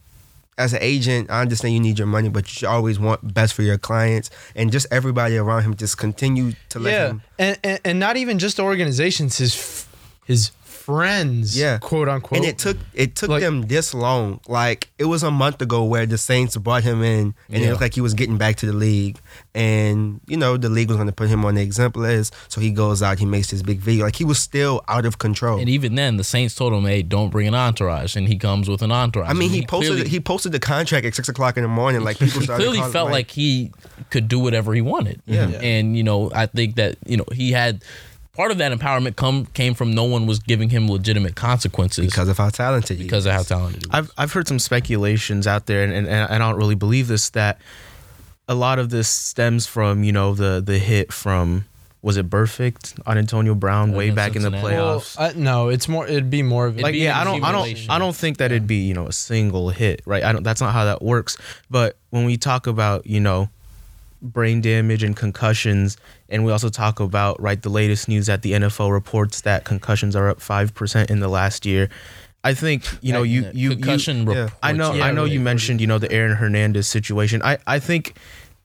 [SPEAKER 4] as an agent, I understand you need your money, but you should always want best for your clients and just everybody around him. Just continue to let
[SPEAKER 3] yeah,
[SPEAKER 4] him.
[SPEAKER 3] and, and and not even just the organizations, his f- his friends,
[SPEAKER 4] Yeah.
[SPEAKER 3] quote unquote.
[SPEAKER 4] And it took it took
[SPEAKER 3] Like-
[SPEAKER 4] them this long. Like it was a month ago where the Saints brought him in, and
[SPEAKER 2] Yeah.
[SPEAKER 4] it looked like he was getting back to the league. And you know the league was going to put him on the exempt list, so he goes out, he makes this big video. Like he was still out of control.
[SPEAKER 2] And even then, the Saints told him, "Hey, don't bring an entourage," and he comes with an entourage.
[SPEAKER 4] I mean,
[SPEAKER 2] And
[SPEAKER 4] he posted
[SPEAKER 2] clearly-
[SPEAKER 4] he posted the contract at six o'clock in the morning. Like people
[SPEAKER 2] he
[SPEAKER 4] started
[SPEAKER 2] clearly
[SPEAKER 4] calling,
[SPEAKER 2] felt like he could do whatever he wanted.
[SPEAKER 4] Yeah.
[SPEAKER 3] Yeah.
[SPEAKER 2] And you know, I think that you know he had part of that empowerment come came from no one was giving him legitimate consequences because,
[SPEAKER 4] because of how talented he
[SPEAKER 2] of how talented he was.
[SPEAKER 1] I've I've heard some speculations out there, and, and, and I don't really believe this that a lot of this stems from you know the the hit from was it perfect on Antonio Brown way
[SPEAKER 2] Against
[SPEAKER 1] back in the
[SPEAKER 2] Cincinnati.
[SPEAKER 3] well,
[SPEAKER 1] playoffs.
[SPEAKER 3] I, Uh, no, it's more. It'd be more of
[SPEAKER 2] It'd
[SPEAKER 1] like
[SPEAKER 2] be
[SPEAKER 1] yeah,
[SPEAKER 2] in
[SPEAKER 1] I don't I don't
[SPEAKER 2] accumulation.
[SPEAKER 1] I don't think that it'd be you know a single hit, right? I don't. That's not how that works. But when we talk about you know brain damage and concussions, and we also talk about right the latest news that the NFL reports that concussions are up five percent in the last year. I think you know you you you-
[SPEAKER 2] concussion reports.
[SPEAKER 1] I know, I know. You
[SPEAKER 2] really.
[SPEAKER 1] mentioned, you know, the Aaron Hernandez situation. I, I think,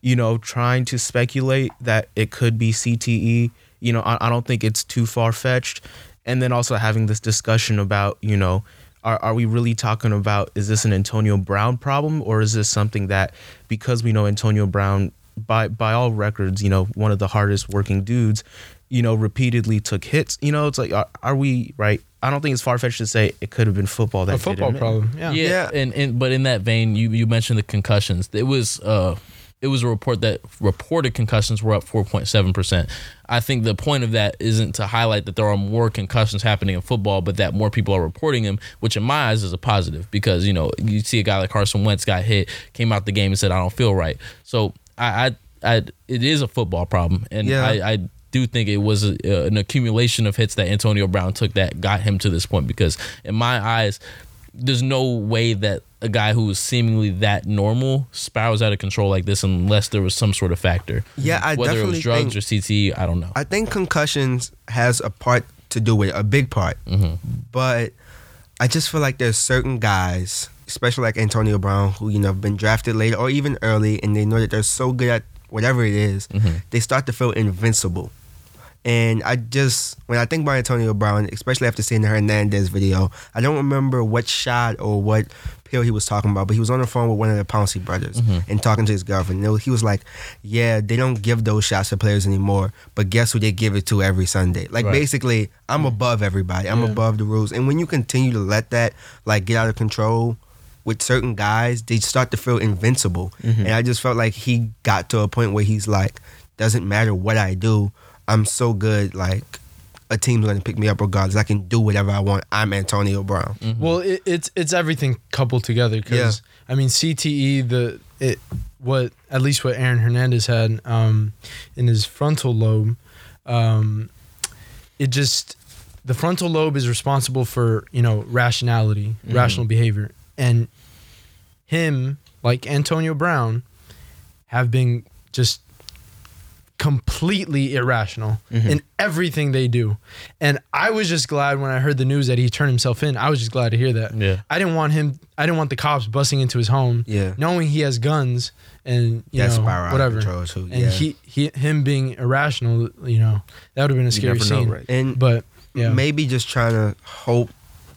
[SPEAKER 1] you know, trying to speculate that it could be CTE. You know, I, I don't think it's too far fetched. And then also having this discussion about, you know, are are we really talking about is this an Antonio Brown problem or is this something that because we know Antonio Brown by by all records, you know, one of the hardest working dudes, you know, repeatedly took hits. You know, it's like are, are we right? I don't think it's far fetched to say it could have been football that
[SPEAKER 3] a
[SPEAKER 1] did
[SPEAKER 3] football
[SPEAKER 1] him in.
[SPEAKER 3] problem. Yeah.
[SPEAKER 2] yeah,
[SPEAKER 4] Yeah.
[SPEAKER 2] And, and but in that vein you you mentioned the concussions it was uh it was a report that reported concussions were up 4.7%. I think the point of that isn't to highlight that there are more concussions happening in football, but that more people are reporting them, which in my eyes is a positive because, you know, you see a guy like Carson Wentz got hit, came out the game and said, I don't feel right. So I, I, I it is a football problem. And
[SPEAKER 4] Yeah.
[SPEAKER 2] I, I do think it was a, uh, an accumulation of hits that Antonio Brown took that got him to this point because in my eyes there's no way that a guy who is seemingly that normal spirals out of control like this unless there was some sort of factor.
[SPEAKER 4] Yeah, I
[SPEAKER 2] whether it
[SPEAKER 4] definitely
[SPEAKER 2] was drugs
[SPEAKER 4] think-
[SPEAKER 2] or CTE, I don't know.
[SPEAKER 4] I think concussions has a part to do with it, a big part. But I just feel like there's certain guys, especially like Antonio Brown, who you know have been drafted late or even early, and they know that they're so good at whatever it is, they start to feel invincible. And I just when I think about Antonio Brown, especially after seeing the Hernandez video, I don't remember what shot or what pill he was talking about, but he was on the phone with one of the Pouncey brothers and talking to his girlfriend. And he was like, "Yeah, they don't give those shots to players anymore, but guess who they give it to every Sunday? Like
[SPEAKER 2] Right.
[SPEAKER 4] basically, I'm above everybody. I'm above the rules. And when you continue to let that like get out of control." With certain guys, they start to feel invincible, and I just felt like he got to a point where he's like, "Doesn't matter what I do, I'm so good, like a team's gonna pick me up regardless. I can do whatever I want. I'm Antonio Brown.
[SPEAKER 3] Well, it, it's it's everything coupled together because I mean CTE the it what at least what Aaron Hernandez had um, in his frontal lobe, um, it just the frontal lobe is responsible for you know rationality, rational behavior, and him like Antonio Brown have been just completely irrational in everything they do. And I was just glad when I heard the news that he turned himself in. I was just glad to hear that.
[SPEAKER 2] Yeah.
[SPEAKER 3] I didn't want him I didn't want the cops busting into his home.
[SPEAKER 4] Yeah.
[SPEAKER 3] Knowing he has guns and you
[SPEAKER 4] That
[SPEAKER 3] know
[SPEAKER 4] spiral out of
[SPEAKER 3] whatever.
[SPEAKER 4] control, too.
[SPEAKER 3] And
[SPEAKER 4] Yeah.
[SPEAKER 3] he, he him being irrational, you know, that would have been a
[SPEAKER 1] You
[SPEAKER 3] scary
[SPEAKER 1] never know,
[SPEAKER 3] scene.
[SPEAKER 1] right?
[SPEAKER 4] And
[SPEAKER 3] But yeah.
[SPEAKER 4] maybe just trying to hope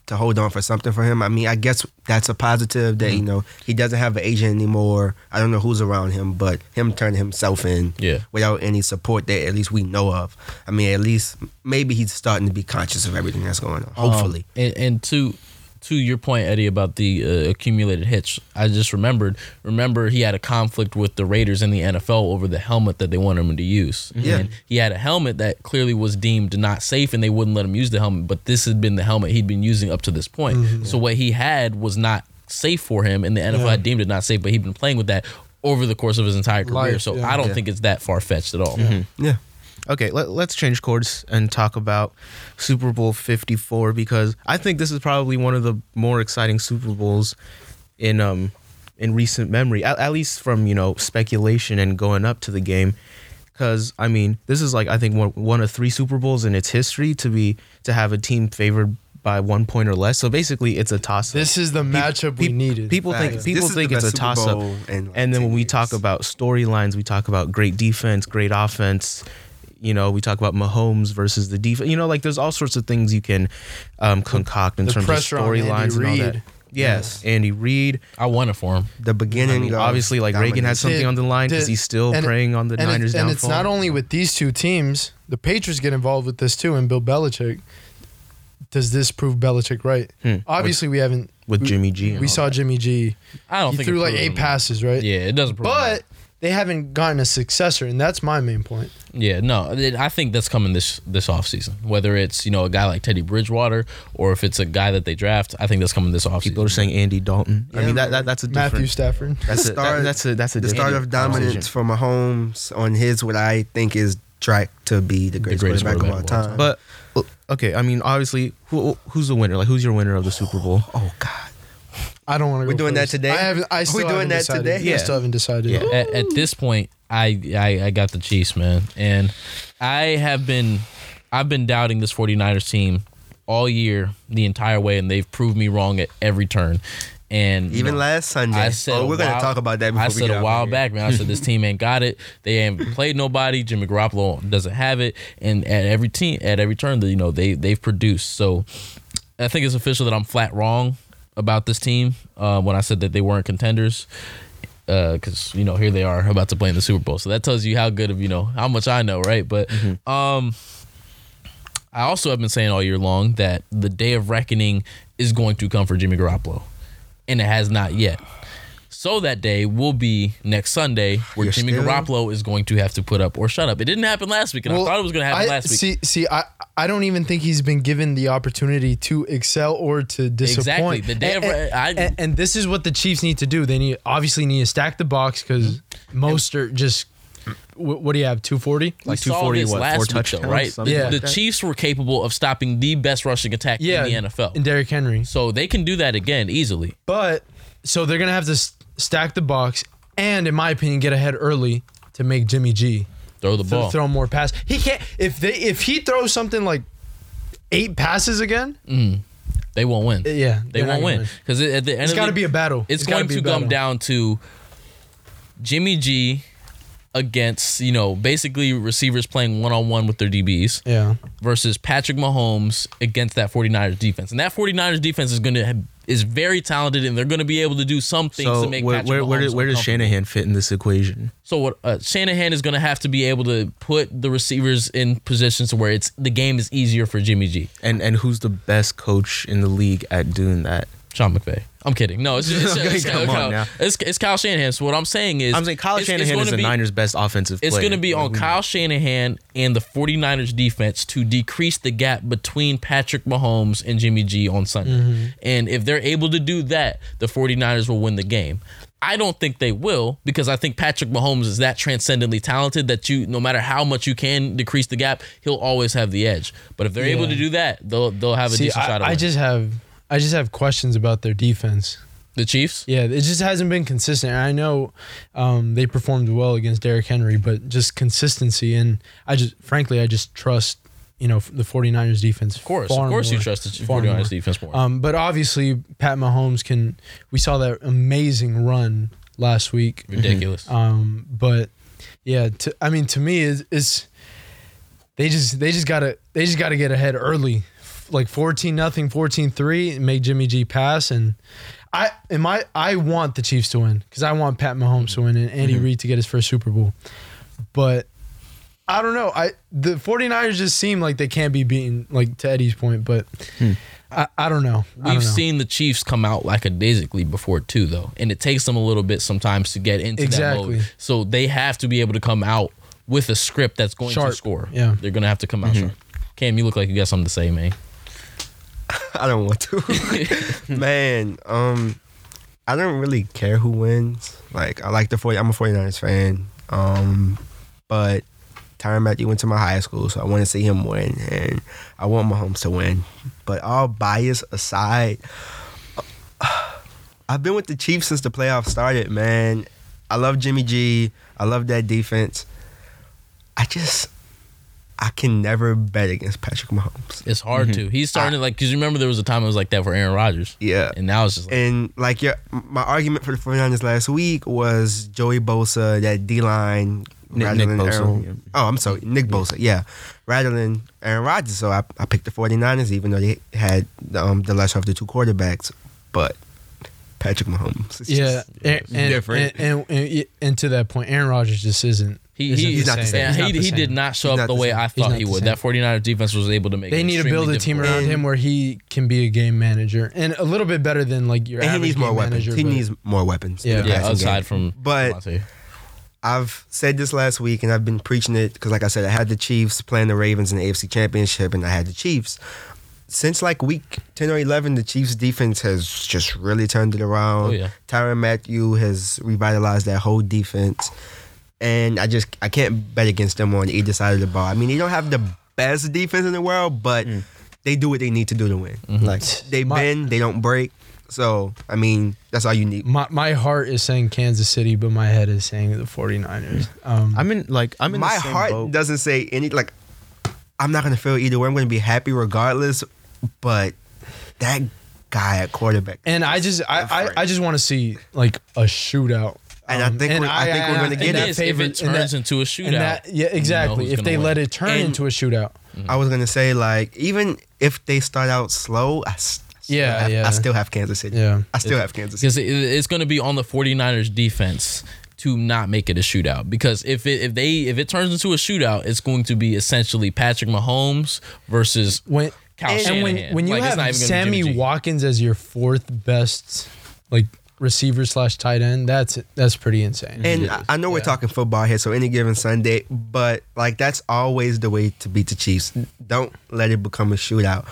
[SPEAKER 4] to hold on for something for him. I mean, I guess that's a positive that you know he doesn't have an agent anymore. I don't know who's around him, but him turning himself in
[SPEAKER 2] Yeah.
[SPEAKER 4] without any support that at least we know of. I mean, at least maybe he's starting to be conscious of everything that's going on.
[SPEAKER 2] Um,
[SPEAKER 4] Hopefully,
[SPEAKER 2] and, and to to your point, Eddie, about the uh, accumulated hits, I just remembered. Remember, he had a conflict with the Raiders in the NFL over the helmet that they wanted him to use.
[SPEAKER 4] Yeah.
[SPEAKER 2] And he had a helmet that clearly was deemed not safe, and they wouldn't let him use the helmet. But this had been the helmet he'd been using up to this point. So what he had was not safe for him, and the NFL had deemed it not safe. But he'd been playing with that over the course of his entire career.
[SPEAKER 3] Life,
[SPEAKER 2] so
[SPEAKER 3] yeah.
[SPEAKER 2] I don't
[SPEAKER 4] Yeah.
[SPEAKER 2] think it's that far fetched at all.
[SPEAKER 4] Yeah.
[SPEAKER 1] Okay, let, let's change chords and talk about Super Bowl 54 because I think this is probably one of the more exciting Super Bowls in um in recent memory, at, at least from, you know, speculation and going up to the game cuz I mean, this is like I think one, one of three Super Bowls in its history to be to have a team favored by 1 point or less. So basically, it's a toss up.
[SPEAKER 3] This is the matchup we needed.
[SPEAKER 1] People think
[SPEAKER 4] Facts.
[SPEAKER 1] people
[SPEAKER 4] This is
[SPEAKER 1] think
[SPEAKER 4] the
[SPEAKER 1] it's a
[SPEAKER 4] best Super
[SPEAKER 1] toss up.
[SPEAKER 4] Bowl in, like,
[SPEAKER 1] and then
[SPEAKER 4] 10
[SPEAKER 1] when we
[SPEAKER 4] years.
[SPEAKER 1] talk about storylines, we talk about great defense, great offense. You know, we talk about Mahomes versus the defense. You know, like there's all sorts of things you can um, concoct in
[SPEAKER 3] The
[SPEAKER 1] terms of
[SPEAKER 3] pressure on Andy
[SPEAKER 1] storylines and all that.
[SPEAKER 3] Reid.
[SPEAKER 1] Yes, Andy Reid.
[SPEAKER 2] I won it for him.
[SPEAKER 4] The beginning.
[SPEAKER 1] I mean,
[SPEAKER 4] of
[SPEAKER 1] obviously, like Reagan has
[SPEAKER 4] dominance.
[SPEAKER 1] something
[SPEAKER 3] Did-
[SPEAKER 1] on the line because
[SPEAKER 3] did-
[SPEAKER 1] he's still
[SPEAKER 3] and-
[SPEAKER 1] preying on the
[SPEAKER 3] and
[SPEAKER 1] Niners'
[SPEAKER 3] it's, and it's
[SPEAKER 1] downfall.
[SPEAKER 3] not only with these two teams. The Patriots get involved with this too, and Bill Belichick. Does this prove Belichick right?
[SPEAKER 1] Hmm.
[SPEAKER 3] Obviously, we haven't.
[SPEAKER 1] with
[SPEAKER 3] we-
[SPEAKER 1] Jimmy G. and
[SPEAKER 3] We
[SPEAKER 1] all
[SPEAKER 3] saw Jimmy G.
[SPEAKER 2] I don't
[SPEAKER 3] He
[SPEAKER 2] think
[SPEAKER 3] threw
[SPEAKER 2] it
[SPEAKER 3] like
[SPEAKER 2] proved
[SPEAKER 3] eight
[SPEAKER 2] him.
[SPEAKER 3] passes, right?
[SPEAKER 2] Yeah, it doesn't. Prove him.
[SPEAKER 3] But they haven't gotten a successor, and that's my main point.
[SPEAKER 2] Yeah, no, it- I think that's coming this this offseason. Whether it's you know a guy like Teddy Bridgewater or if it's a guy that they draft, I think that's coming this offseason.
[SPEAKER 1] People are saying Andy Dalton. I
[SPEAKER 4] Yeah,
[SPEAKER 1] mean, that,
[SPEAKER 4] man.
[SPEAKER 1] that that's a different.
[SPEAKER 3] Matthew Stafford.
[SPEAKER 1] That's a,
[SPEAKER 4] The start-
[SPEAKER 1] that, that's a that's a
[SPEAKER 4] the start
[SPEAKER 1] different
[SPEAKER 4] of
[SPEAKER 1] conversation.
[SPEAKER 4] dominance for Mahomes on his what I think is track to be the greatest,
[SPEAKER 2] greatest
[SPEAKER 4] quarterback,
[SPEAKER 2] quarterback
[SPEAKER 4] of all
[SPEAKER 2] of
[SPEAKER 4] time.
[SPEAKER 1] But well, okay, I mean, obviously, who who's the winner? Like, who's your winner of the Super Bowl?
[SPEAKER 4] oh god,
[SPEAKER 3] I don't want to.
[SPEAKER 4] We're doing that today?
[SPEAKER 3] I haven't. I
[SPEAKER 4] Are we
[SPEAKER 3] still
[SPEAKER 4] doing
[SPEAKER 3] haven't
[SPEAKER 4] that
[SPEAKER 3] decided.
[SPEAKER 4] today?
[SPEAKER 3] I
[SPEAKER 1] Yeah.
[SPEAKER 3] still haven't decided.
[SPEAKER 1] Yeah.
[SPEAKER 2] at, at this point, I, I I got the Chiefs, man, and I have been I've been doubting this 49ers team all year, the entire way, and they've proved me wrong at every turn. And you
[SPEAKER 4] even
[SPEAKER 2] know,
[SPEAKER 4] last Sunday.
[SPEAKER 2] I said
[SPEAKER 4] oh,
[SPEAKER 2] a
[SPEAKER 4] we're gonna
[SPEAKER 2] while-
[SPEAKER 4] talk about that. Before
[SPEAKER 2] I
[SPEAKER 4] we
[SPEAKER 2] said
[SPEAKER 4] get
[SPEAKER 2] a
[SPEAKER 4] out of
[SPEAKER 2] while
[SPEAKER 4] here.
[SPEAKER 2] back, man. I said this team ain't got it. They ain't played nobody. Jimmy Garoppolo doesn't have it, and at every team, at every turn, you know they they've produced. So I think it's official that I'm flat wrong about this team uh, when I said that they weren't contenders. Because you know here they are about to play in the Super Bowl, so that tells you how good of you know how much I know, right? But
[SPEAKER 4] Mm-hmm.
[SPEAKER 2] um, I also have been saying all year long that the day of reckoning is going to come for Jimmy Garoppolo, and it has not yet. So that day will be next Sunday, where
[SPEAKER 4] You're
[SPEAKER 2] Jimmy
[SPEAKER 4] still-
[SPEAKER 2] Garoppolo is going to have to put up or shut up. It didn't happen last week, and I thought it was going to happen
[SPEAKER 3] I-
[SPEAKER 2] last week.
[SPEAKER 3] See, see, I, I don't even think he's been given the opportunity to excel or to disappoint.
[SPEAKER 2] Exactly. The day
[SPEAKER 3] and,
[SPEAKER 2] of-
[SPEAKER 3] and-
[SPEAKER 2] I-
[SPEAKER 3] and- and this is what the Chiefs need to do. They need obviously need to stack the box because
[SPEAKER 2] Mm-hmm.
[SPEAKER 3] Mostert just wh- what do you have two forty?
[SPEAKER 2] We
[SPEAKER 1] like
[SPEAKER 2] saw
[SPEAKER 1] 240,
[SPEAKER 2] this
[SPEAKER 1] what, four
[SPEAKER 2] last week, though,
[SPEAKER 1] touchdowns,
[SPEAKER 2] right?
[SPEAKER 1] something
[SPEAKER 3] Yeah.
[SPEAKER 1] like
[SPEAKER 2] the
[SPEAKER 1] that?
[SPEAKER 2] Chiefs were capable of stopping the best rushing attack
[SPEAKER 3] Yeah,
[SPEAKER 2] in the NFL.
[SPEAKER 3] and Derrick Henry.
[SPEAKER 2] so they can do that again easily.
[SPEAKER 3] But so they're gonna have to s- stack the box and, in my opinion, get ahead early to make Jimmy G
[SPEAKER 2] Throw the
[SPEAKER 3] th-
[SPEAKER 2] ball.
[SPEAKER 3] throw more pass. He can't if they if he throws something like eight passes again.
[SPEAKER 2] They won't win.
[SPEAKER 3] Yeah,
[SPEAKER 2] Mm. They
[SPEAKER 3] they're not
[SPEAKER 2] won't
[SPEAKER 3] gonna
[SPEAKER 2] win because at the end
[SPEAKER 3] It's
[SPEAKER 2] of
[SPEAKER 3] got to
[SPEAKER 2] the-
[SPEAKER 3] be a battle.
[SPEAKER 2] It's,
[SPEAKER 3] gotta
[SPEAKER 2] going
[SPEAKER 3] be a
[SPEAKER 2] to come
[SPEAKER 3] battle.
[SPEAKER 2] down to Jimmy G against you know basically receivers playing one on one with their DBs
[SPEAKER 3] Yeah.
[SPEAKER 2] versus Patrick Mahomes against that 49ers defense, and that 49ers defense is going to is very talented, and they're going to be able to do some things
[SPEAKER 1] So
[SPEAKER 2] to make
[SPEAKER 1] where
[SPEAKER 2] Patrick
[SPEAKER 1] where,
[SPEAKER 2] Mahomes
[SPEAKER 1] where, does, where does
[SPEAKER 2] uncomfortable.
[SPEAKER 1] Shanahan fit in this equation?
[SPEAKER 2] So what uh, Shanahan is going to have to be able to put the receivers in positions where it's the game is easier for Jimmy G.
[SPEAKER 1] And and who's the best coach in the league at doing that?
[SPEAKER 2] Sean McVay. I'm kidding. No, it's it's,
[SPEAKER 1] Okay,
[SPEAKER 2] it's,
[SPEAKER 1] come on now.
[SPEAKER 2] it's, it's Kyle Shanahan. So what I'm saying is,
[SPEAKER 1] I'm saying Kyle
[SPEAKER 2] it's- it's
[SPEAKER 1] Shanahan
[SPEAKER 2] gonna
[SPEAKER 1] is the
[SPEAKER 2] be-
[SPEAKER 1] Niners' best offensive
[SPEAKER 2] It's
[SPEAKER 1] player.
[SPEAKER 2] going to be on
[SPEAKER 1] Like, we-
[SPEAKER 2] Kyle Shanahan and the 49ers defense to decrease the gap between Patrick Mahomes and Jimmy G on Sunday.
[SPEAKER 3] Mm-hmm.
[SPEAKER 2] And if they're able to do that, the 49ers will win the game. I don't think they will because I think Patrick Mahomes is that transcendently talented that you no matter how much you can decrease the gap, he'll always have the edge. But if they're able
[SPEAKER 3] Yeah.
[SPEAKER 2] to do that, they'll they'll have a
[SPEAKER 3] See,
[SPEAKER 2] decent shot
[SPEAKER 3] I,
[SPEAKER 2] at
[SPEAKER 3] I
[SPEAKER 2] winning.
[SPEAKER 3] just have I just have questions about their defense.
[SPEAKER 2] the Chiefs.
[SPEAKER 3] Yeah, it just hasn't been consistent. And I know um, they performed well against Derrick Henry, but just consistency and I just frankly I just trust you know the 49ers defense.
[SPEAKER 2] Of course, of course, you trust the 49ers defense more.
[SPEAKER 3] Um, but obviously Pat Mahomes can. We saw that amazing run last week.
[SPEAKER 2] Ridiculous.
[SPEAKER 3] Um, but yeah, to, I mean, to me, it's, it's they just they just gotta they just gotta get ahead early, like fourteen nothing, 14-3, and make Jimmy G pass. And I am I I want the Chiefs to win because I want Pat Mahomes to win and Andy Reid to get his first Super Bowl. But I don't know. I the 49ers just seem like they can't be beaten, like to Eddie's point, but I, I don't know. I don't
[SPEAKER 2] We've
[SPEAKER 3] know.
[SPEAKER 2] seen the Chiefs come out lackadaisically before too, though, and it takes them a little bit sometimes to get into that
[SPEAKER 3] Exactly.
[SPEAKER 2] mode. So they have to be able to come out with a script that's going
[SPEAKER 3] Sharp.
[SPEAKER 2] to score.
[SPEAKER 3] Yeah.
[SPEAKER 2] they're gonna have to come out
[SPEAKER 3] Mm-hmm.
[SPEAKER 2] sharp. Cam, you look like you got something to say, man.
[SPEAKER 4] I don't want to. Man, um, I don't really care who wins. Like, I like the 40, I'm a 49ers fan. Um, but Tyron Matthew went to my high school, so I want to see him win, and I want Mahomes to win. But all bias aside, I've been with the Chiefs since the playoffs started, man. I love Jimmy G. I love that defense. I just, I can never bet against Patrick Mahomes.
[SPEAKER 2] It's hard
[SPEAKER 3] Mm-hmm.
[SPEAKER 2] to. He's starting to like because you remember there was a time it was like that for Aaron Rodgers,
[SPEAKER 4] Yeah.
[SPEAKER 2] and now it's just like,
[SPEAKER 4] And like your my argument for the 49ers last week was Joey Bosa, that D line
[SPEAKER 1] Nick-
[SPEAKER 4] rattling
[SPEAKER 1] Nick Bosa,
[SPEAKER 4] Aaron.
[SPEAKER 1] yeah.
[SPEAKER 4] Oh, I'm sorry, Nick Bosa, yeah. Rattling Aaron Rodgers. So I, I picked the 49ers even though they had um, the lesser of the two quarterbacks. But Patrick Mahomes. is
[SPEAKER 3] Yeah,
[SPEAKER 4] just-
[SPEAKER 3] and, and,
[SPEAKER 4] Different.
[SPEAKER 3] And, and, and, and to that point, Aaron Rodgers just isn't.
[SPEAKER 2] he,
[SPEAKER 3] isn't
[SPEAKER 2] he,
[SPEAKER 4] He's not the same.
[SPEAKER 2] yeah,
[SPEAKER 3] He's not
[SPEAKER 2] he,
[SPEAKER 3] the
[SPEAKER 2] he
[SPEAKER 3] same.
[SPEAKER 2] did not show
[SPEAKER 4] He's
[SPEAKER 2] up
[SPEAKER 4] not
[SPEAKER 2] the
[SPEAKER 4] the
[SPEAKER 2] way
[SPEAKER 4] same.
[SPEAKER 2] I
[SPEAKER 4] He's
[SPEAKER 2] thought
[SPEAKER 3] not
[SPEAKER 2] he
[SPEAKER 3] the
[SPEAKER 2] would.
[SPEAKER 3] same.
[SPEAKER 2] That 49er defense was able to make.
[SPEAKER 3] They
[SPEAKER 2] it
[SPEAKER 3] need to build a
[SPEAKER 2] extremely
[SPEAKER 3] team
[SPEAKER 2] difficult.
[SPEAKER 3] around him where he can be a game manager and a little bit better than like your
[SPEAKER 4] and he
[SPEAKER 3] average
[SPEAKER 4] needs
[SPEAKER 3] game
[SPEAKER 4] more weapons.
[SPEAKER 3] manager.
[SPEAKER 4] he
[SPEAKER 3] but-
[SPEAKER 4] needs more weapons. in
[SPEAKER 3] Yeah.
[SPEAKER 4] the
[SPEAKER 2] Yeah,
[SPEAKER 4] passing
[SPEAKER 2] aside
[SPEAKER 4] game.
[SPEAKER 2] from
[SPEAKER 4] But-
[SPEAKER 2] Devontae.
[SPEAKER 4] I've said this last week and I've been preaching it because, like I said, I had the Chiefs playing the Ravens in the AFC Championship and I had the Chiefs. Since like week 10 or 11, the Chiefs defense has just really turned it around.
[SPEAKER 2] Oh, yeah.
[SPEAKER 4] Tyron Matthew has revitalized that whole defense. And I just I can't bet against them on either side of the ball. I mean, they don't have the best defense in the world, but
[SPEAKER 2] Mm.
[SPEAKER 4] they do what they need to do to win.
[SPEAKER 2] Mm-hmm.
[SPEAKER 4] Like they
[SPEAKER 3] My-
[SPEAKER 4] bend, they don't break. So, I mean, that's all you need.
[SPEAKER 3] My, my heart is saying Kansas City, but my head is saying the 49ers. Um,
[SPEAKER 1] I'm in like I'm in
[SPEAKER 4] my
[SPEAKER 1] the same
[SPEAKER 4] heart
[SPEAKER 1] boat.
[SPEAKER 4] doesn't say any like I'm not gonna feel either way. I'm gonna be happy regardless, but that guy at quarterback
[SPEAKER 3] and I just I,
[SPEAKER 4] different.
[SPEAKER 3] I, I just want to see like a shootout. Um,
[SPEAKER 4] And I think we're- I think we're gonna
[SPEAKER 3] and
[SPEAKER 4] get
[SPEAKER 3] that
[SPEAKER 4] it.
[SPEAKER 2] If it
[SPEAKER 3] favor- and
[SPEAKER 2] turns
[SPEAKER 3] that-
[SPEAKER 2] into a shootout,
[SPEAKER 3] and that- yeah, exactly.
[SPEAKER 2] who's
[SPEAKER 3] if
[SPEAKER 2] gonna
[SPEAKER 3] they
[SPEAKER 2] win.
[SPEAKER 3] let it turn
[SPEAKER 4] And-
[SPEAKER 3] into a shootout,
[SPEAKER 4] I was gonna say like even if they start out slow, I, s- I still
[SPEAKER 3] Yeah,
[SPEAKER 4] have,
[SPEAKER 3] yeah.
[SPEAKER 4] I still have Kansas City.
[SPEAKER 3] Yeah.
[SPEAKER 4] I still have Kansas City.
[SPEAKER 2] because it, it's going to be on the 49ers defense to not make it a shootout because if it if they if it turns into a shootout it's going to be essentially Patrick Mahomes versus
[SPEAKER 3] when
[SPEAKER 2] Kyle
[SPEAKER 3] and when
[SPEAKER 2] Shanahan.
[SPEAKER 3] when you
[SPEAKER 2] Like, it's not
[SPEAKER 3] have
[SPEAKER 2] even gonna be Jimmy
[SPEAKER 3] Sammy
[SPEAKER 2] G.
[SPEAKER 3] Watkins as your fourth best like receiver slash tight end, that's that's pretty insane.
[SPEAKER 4] And I I know we're talking football here, so any given Sunday, but like that's always the way to beat the Chiefs. Don't let it become a shootout.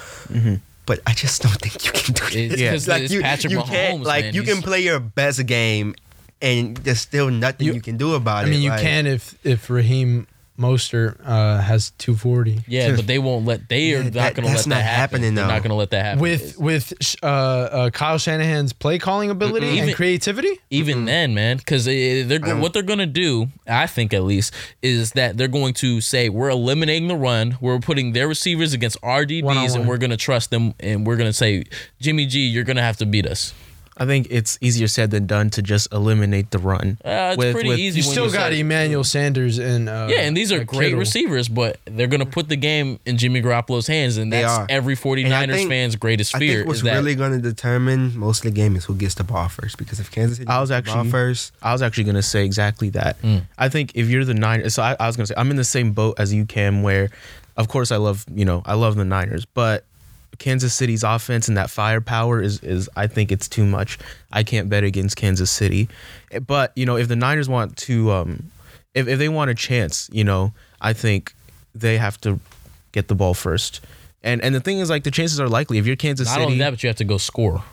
[SPEAKER 4] But I just don't think you can do
[SPEAKER 2] Mm-hmm. It's
[SPEAKER 4] this.
[SPEAKER 2] 'cause it's Patrick
[SPEAKER 4] you
[SPEAKER 2] Mahomes,
[SPEAKER 4] like
[SPEAKER 2] man.
[SPEAKER 4] you can
[SPEAKER 2] He's-
[SPEAKER 4] play your best game, and there's still nothing you,
[SPEAKER 3] You-
[SPEAKER 4] can do about
[SPEAKER 3] I
[SPEAKER 4] it.
[SPEAKER 3] mean, you
[SPEAKER 4] Like,
[SPEAKER 3] can if if Raheem Mostert uh, has 240
[SPEAKER 2] yeah but they won't let they are
[SPEAKER 4] Yeah,
[SPEAKER 2] not
[SPEAKER 4] that-
[SPEAKER 2] going to let
[SPEAKER 4] that's
[SPEAKER 2] that
[SPEAKER 4] not
[SPEAKER 2] happen
[SPEAKER 4] happening,
[SPEAKER 2] they're not
[SPEAKER 4] though.
[SPEAKER 2] going to let that happen
[SPEAKER 3] with with sh- uh, uh, Kyle Shanahan's play calling ability
[SPEAKER 2] Even-
[SPEAKER 3] and creativity.
[SPEAKER 2] even
[SPEAKER 4] mm-hmm.
[SPEAKER 2] then, man, because they're go- what they're gonna do. I think at least is that they're going to say we're eliminating the run. We're putting their receivers against our DBs,
[SPEAKER 3] One-on-one.
[SPEAKER 2] and we're gonna trust them. And we're gonna say, Jimmy G, you're gonna have to beat us.
[SPEAKER 1] I think it's easier said than done to just eliminate the run.
[SPEAKER 2] Uh, it's pretty easy.
[SPEAKER 3] You
[SPEAKER 2] when
[SPEAKER 3] still
[SPEAKER 2] you
[SPEAKER 3] got
[SPEAKER 2] say-
[SPEAKER 3] Emmanuel Sanders and uh,
[SPEAKER 2] Yeah, and these are
[SPEAKER 3] uh,
[SPEAKER 2] great
[SPEAKER 3] Kittle.
[SPEAKER 2] receivers, but they're gonna put the game in Jimmy Garoppolo's hands, and
[SPEAKER 4] They
[SPEAKER 2] that's
[SPEAKER 4] are.
[SPEAKER 2] every 49ers
[SPEAKER 4] think-
[SPEAKER 2] fan's greatest
[SPEAKER 4] I
[SPEAKER 2] fear.
[SPEAKER 4] think what's
[SPEAKER 2] is that
[SPEAKER 4] really going to determine most of the game is who gets the ball first. Because if Kansas City
[SPEAKER 1] I was
[SPEAKER 4] gets the
[SPEAKER 1] actually-
[SPEAKER 4] ball first,
[SPEAKER 1] I was actually gonna say exactly that. I think if you're the Niners, so I, I was gonna say I'm in the same boat as you, Cam. Where, of course, I love you know I love the Niners, but Kansas City's offense and that firepower is is I think it's too much. I can't bet against Kansas City, Eh, but you know if the Niners want to, um, if if they want a chance, you know I think they have to get the ball first. And and the thing is like the chances are likely if you're Kansas
[SPEAKER 2] not
[SPEAKER 1] City.
[SPEAKER 2] only that, but you have to go score.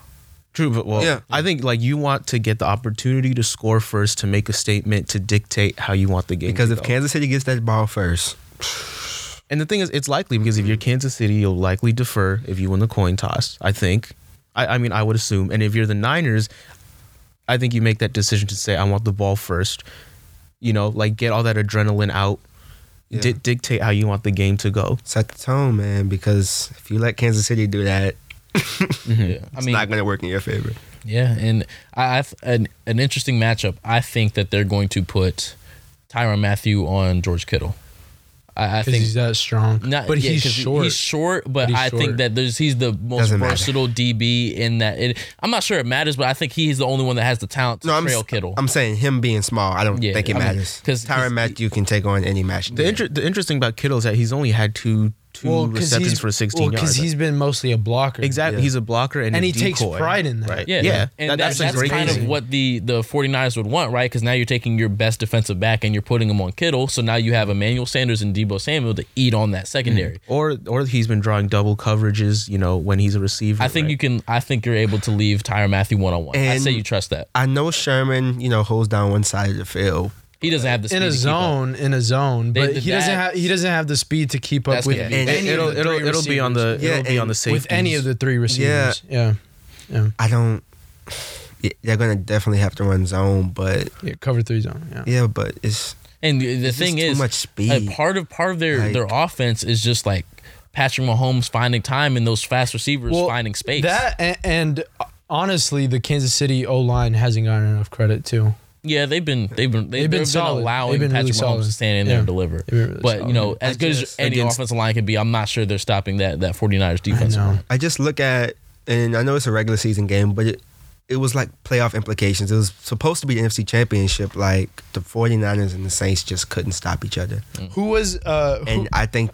[SPEAKER 1] True, but well,
[SPEAKER 4] Yeah.
[SPEAKER 1] I think like you want to get the opportunity to score first to make a statement to dictate how you want the game.
[SPEAKER 4] because
[SPEAKER 1] to
[SPEAKER 4] if
[SPEAKER 1] go.
[SPEAKER 4] Kansas City gets that ball first,
[SPEAKER 1] and the thing is, it's likely because if you're Kansas City, you'll likely defer if you win the coin toss. I think. I, I mean, I would assume. And if you're the Niners, I think you make that decision to say, "I want the ball first. You know, like get all that adrenaline out. Di-
[SPEAKER 4] Yeah.
[SPEAKER 1] dictate how you want the game to go.
[SPEAKER 4] set the tone, man. Because if you let Kansas City do that,
[SPEAKER 2] Yeah. I
[SPEAKER 4] Mm-hmm. it's
[SPEAKER 2] mean,
[SPEAKER 4] not going to work in your favor.
[SPEAKER 2] Yeah, and I, I th- an an interesting matchup. I think that they're going to put Tyron Matthew on George Kittle. I, I
[SPEAKER 3] because
[SPEAKER 2] think
[SPEAKER 3] he's that strong.
[SPEAKER 2] not,
[SPEAKER 3] but
[SPEAKER 2] yeah,
[SPEAKER 3] he's
[SPEAKER 2] 'cause he-
[SPEAKER 3] short.
[SPEAKER 2] He's short, but,
[SPEAKER 3] he's
[SPEAKER 2] I think
[SPEAKER 3] short.
[SPEAKER 2] that there's he's the most
[SPEAKER 4] Doesn't matter.
[SPEAKER 2] versatile DB in that. It, I'm not sure it matters, but I think he's the only one that has the talent to
[SPEAKER 4] No, I'm,
[SPEAKER 2] trail
[SPEAKER 4] s-
[SPEAKER 2] Kittle.
[SPEAKER 4] I'm saying him being small. I don't
[SPEAKER 2] Yeah,
[SPEAKER 4] think it
[SPEAKER 2] I mean,
[SPEAKER 4] matters.
[SPEAKER 2] 'cause-
[SPEAKER 4] Because
[SPEAKER 2] 'cause-
[SPEAKER 4] Tyron Matthew can take on any match.
[SPEAKER 1] The, inter- the interesting about Kittle is that he's only had two two
[SPEAKER 3] Well, 'cause
[SPEAKER 1] receptions
[SPEAKER 3] he's-
[SPEAKER 1] for 16
[SPEAKER 3] well,
[SPEAKER 1] yards.
[SPEAKER 3] he's been mostly a blocker.
[SPEAKER 1] exactly.
[SPEAKER 4] yeah.
[SPEAKER 1] He's a blocker and,
[SPEAKER 3] And
[SPEAKER 1] a
[SPEAKER 3] he takes
[SPEAKER 1] decoy.
[SPEAKER 3] pride in that.
[SPEAKER 1] Right.
[SPEAKER 2] Yeah,
[SPEAKER 1] Yeah.
[SPEAKER 2] and
[SPEAKER 1] That-
[SPEAKER 2] that- that's,
[SPEAKER 1] a great
[SPEAKER 2] kind
[SPEAKER 1] thing.
[SPEAKER 2] of what the the 49ers would want, right? Because now you're taking your best defensive back and you're putting him on Kittle, so now you have Emmanuel Sanders and Debo Samuel to eat on that secondary.
[SPEAKER 1] Or or he's been drawing double coverages, you know, when he's a receiver.
[SPEAKER 2] I think
[SPEAKER 1] right?
[SPEAKER 2] you can. I think you're able to leave Tyron Matthew one on one. I
[SPEAKER 4] And-
[SPEAKER 2] say you trust that.
[SPEAKER 4] I know Sherman, you know, holds down one side of the field.
[SPEAKER 2] He doesn't have the speed
[SPEAKER 3] in a
[SPEAKER 2] to keep up.
[SPEAKER 3] zone, in a zone,
[SPEAKER 2] They
[SPEAKER 3] but
[SPEAKER 2] did
[SPEAKER 3] he doesn't
[SPEAKER 2] that.
[SPEAKER 3] have he doesn't have the speed to keep up
[SPEAKER 2] That's
[SPEAKER 3] with
[SPEAKER 2] gonna be
[SPEAKER 4] And-
[SPEAKER 1] It,
[SPEAKER 3] any
[SPEAKER 1] will
[SPEAKER 3] of the
[SPEAKER 1] it'll
[SPEAKER 3] three
[SPEAKER 1] it'll be on
[SPEAKER 3] receivers.
[SPEAKER 1] the
[SPEAKER 4] Yeah,
[SPEAKER 1] it'll be
[SPEAKER 4] and
[SPEAKER 1] on the
[SPEAKER 4] with
[SPEAKER 1] safety
[SPEAKER 3] with any of the three receivers. Yeah, yeah,
[SPEAKER 4] I don't. yeah, They're gonna definitely have to run zone, but
[SPEAKER 3] yeah. Cover three zone. Yeah.
[SPEAKER 4] yeah, but it's
[SPEAKER 2] And the the
[SPEAKER 4] It's
[SPEAKER 2] thing
[SPEAKER 4] just too
[SPEAKER 2] is,
[SPEAKER 4] much speed.
[SPEAKER 2] like, part of part of their
[SPEAKER 4] Like-
[SPEAKER 2] their offense is just like Patrick Mahomes finding time and those fast receivers finding space.
[SPEAKER 3] That and, and honestly, the Kansas City O line hasn't gotten enough credit too.
[SPEAKER 2] yeah, they've been they've been they,
[SPEAKER 3] They've
[SPEAKER 2] have
[SPEAKER 3] been
[SPEAKER 2] been,
[SPEAKER 3] solid.
[SPEAKER 2] allowing
[SPEAKER 3] They've been
[SPEAKER 2] Patrick
[SPEAKER 3] really
[SPEAKER 2] Mahomes
[SPEAKER 3] solid.
[SPEAKER 2] to stand in there and
[SPEAKER 3] Yeah.
[SPEAKER 2] deliver.
[SPEAKER 3] They've been really
[SPEAKER 2] but you
[SPEAKER 3] solid.
[SPEAKER 2] know, as
[SPEAKER 4] I
[SPEAKER 2] good as
[SPEAKER 4] just-
[SPEAKER 2] any
[SPEAKER 4] against-
[SPEAKER 2] offensive line can be, I'm not sure they're stopping that that 49ers
[SPEAKER 3] I
[SPEAKER 2] defense.
[SPEAKER 3] know.
[SPEAKER 4] I just look at, and I know it's a regular season game, but it, it was like playoff implications. It was supposed to be the NFC Championship. Like the 49ers and the Saints just couldn't stop each other.
[SPEAKER 3] Who was uh? Who,
[SPEAKER 4] And I think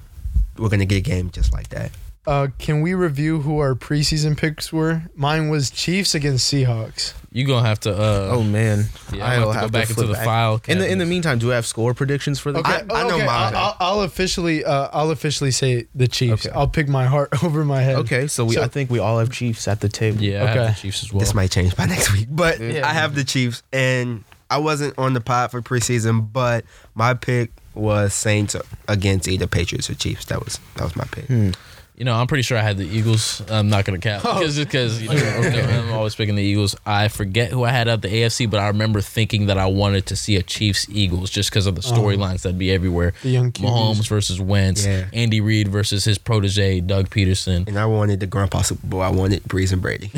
[SPEAKER 4] we're going to get a game just like that.
[SPEAKER 3] uh? Can we review who our preseason picks were? Mine was Chiefs against Seahawks.
[SPEAKER 2] You're gonna have to. Uh,
[SPEAKER 1] Oh man,
[SPEAKER 2] Yeah, I'm gonna have to
[SPEAKER 1] I'll
[SPEAKER 2] go back into
[SPEAKER 1] flip
[SPEAKER 2] the file
[SPEAKER 1] In the in the
[SPEAKER 2] cabinet.
[SPEAKER 1] meantime, do I have score predictions for the
[SPEAKER 3] Okay,
[SPEAKER 1] game?
[SPEAKER 4] I- I know
[SPEAKER 3] okay.
[SPEAKER 4] mine.
[SPEAKER 3] I'll, I'll- I'll officially uh, I'll officially say the Chiefs.
[SPEAKER 1] Okay.
[SPEAKER 3] I'll pick my heart over my head.
[SPEAKER 1] Okay, so we I think we all have Chiefs at the table.
[SPEAKER 2] yeah, I have
[SPEAKER 3] Okay.
[SPEAKER 2] the Chiefs as well.
[SPEAKER 4] This might change by next week, but
[SPEAKER 3] Yeah.
[SPEAKER 4] I have the Chiefs, and I wasn't on the pod for preseason, but my pick was Saints against either Patriots or Chiefs. That was that was my pick.
[SPEAKER 3] Hmm.
[SPEAKER 2] You know, I'm pretty sure I had the Eagles. I'm not gonna
[SPEAKER 3] Oh.
[SPEAKER 2] cap because because you know, I'm always picking the Eagles. I forget who I had at the AFC, but I remember thinking that I wanted to see a Chiefs Eagles just because of the storylines that'd be everywhere.
[SPEAKER 3] Oh. The young QBs.
[SPEAKER 2] Mahomes versus Wentz,
[SPEAKER 4] Yeah.
[SPEAKER 2] Andy Reid versus his protege Doug Peterson.
[SPEAKER 4] And I wanted the Grandpa Super Bowl. I wanted Breeze and Brady.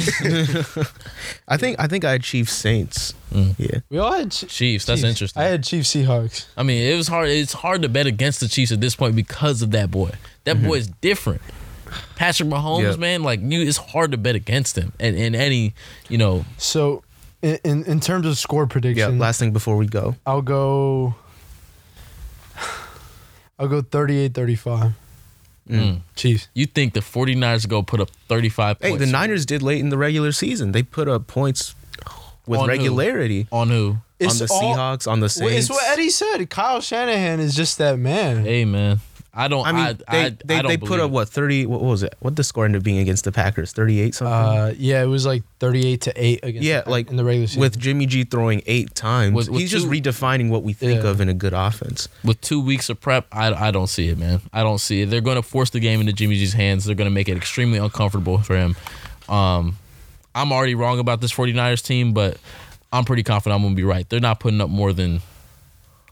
[SPEAKER 1] I think I think I had Chiefs Saints. Yeah.
[SPEAKER 3] We all had Ch-
[SPEAKER 2] Chiefs, that's
[SPEAKER 3] Chiefs.
[SPEAKER 2] interesting.
[SPEAKER 3] I
[SPEAKER 2] I,
[SPEAKER 3] had Chiefs Seahawks.
[SPEAKER 2] mean, it was hard. It's hard to bet against the Chiefs at this point because of that boy. That boy is different. Patrick Mahomes,
[SPEAKER 1] Mm-hmm. Yeah.
[SPEAKER 2] man, like you, it's hard to bet against him in, in any, you know,
[SPEAKER 3] So, in in, in terms of score
[SPEAKER 1] Yeah.
[SPEAKER 3] prediction,
[SPEAKER 1] Last thing before we go.
[SPEAKER 3] I'll go. I'll go 38-35.
[SPEAKER 1] Mm.
[SPEAKER 3] Chiefs.
[SPEAKER 2] You think the 49ers are going to put up 35
[SPEAKER 1] Hey,
[SPEAKER 2] points?
[SPEAKER 1] the Niners did late in the regular season. They put up points with
[SPEAKER 2] On who?
[SPEAKER 1] regularity
[SPEAKER 2] On who?
[SPEAKER 1] on
[SPEAKER 3] It's
[SPEAKER 1] the
[SPEAKER 3] all-
[SPEAKER 1] Seahawks, on the
[SPEAKER 3] Well,
[SPEAKER 1] Saints.
[SPEAKER 3] It's what Eddie said. Kyle Shanahan is just that man.
[SPEAKER 2] Hey, man. I don't.
[SPEAKER 1] I mean, they,
[SPEAKER 2] I,
[SPEAKER 1] they,
[SPEAKER 2] I don't
[SPEAKER 1] they put
[SPEAKER 2] believe
[SPEAKER 1] up
[SPEAKER 2] it.
[SPEAKER 1] what thirty? What was it? What the score ended up being against the Packers? Thirty eight something.
[SPEAKER 3] Uh, yeah, it was like thirty-eight to eight against.
[SPEAKER 1] yeah,
[SPEAKER 3] the-
[SPEAKER 1] like
[SPEAKER 3] in the regular season.
[SPEAKER 1] with Jimmy G throwing eight times,
[SPEAKER 2] With- with
[SPEAKER 1] he's just
[SPEAKER 2] two-
[SPEAKER 1] redefining what we think
[SPEAKER 3] Yeah.
[SPEAKER 1] of in a good offense.
[SPEAKER 2] with two weeks of prep. I, I don't see it, man. I don't see it. They're going to force the game into Jimmy G's hands. They're going to make it extremely uncomfortable for him. Um, I'm already wrong about this 49ers team, but I'm pretty confident I'm going to be right. They're not putting up more than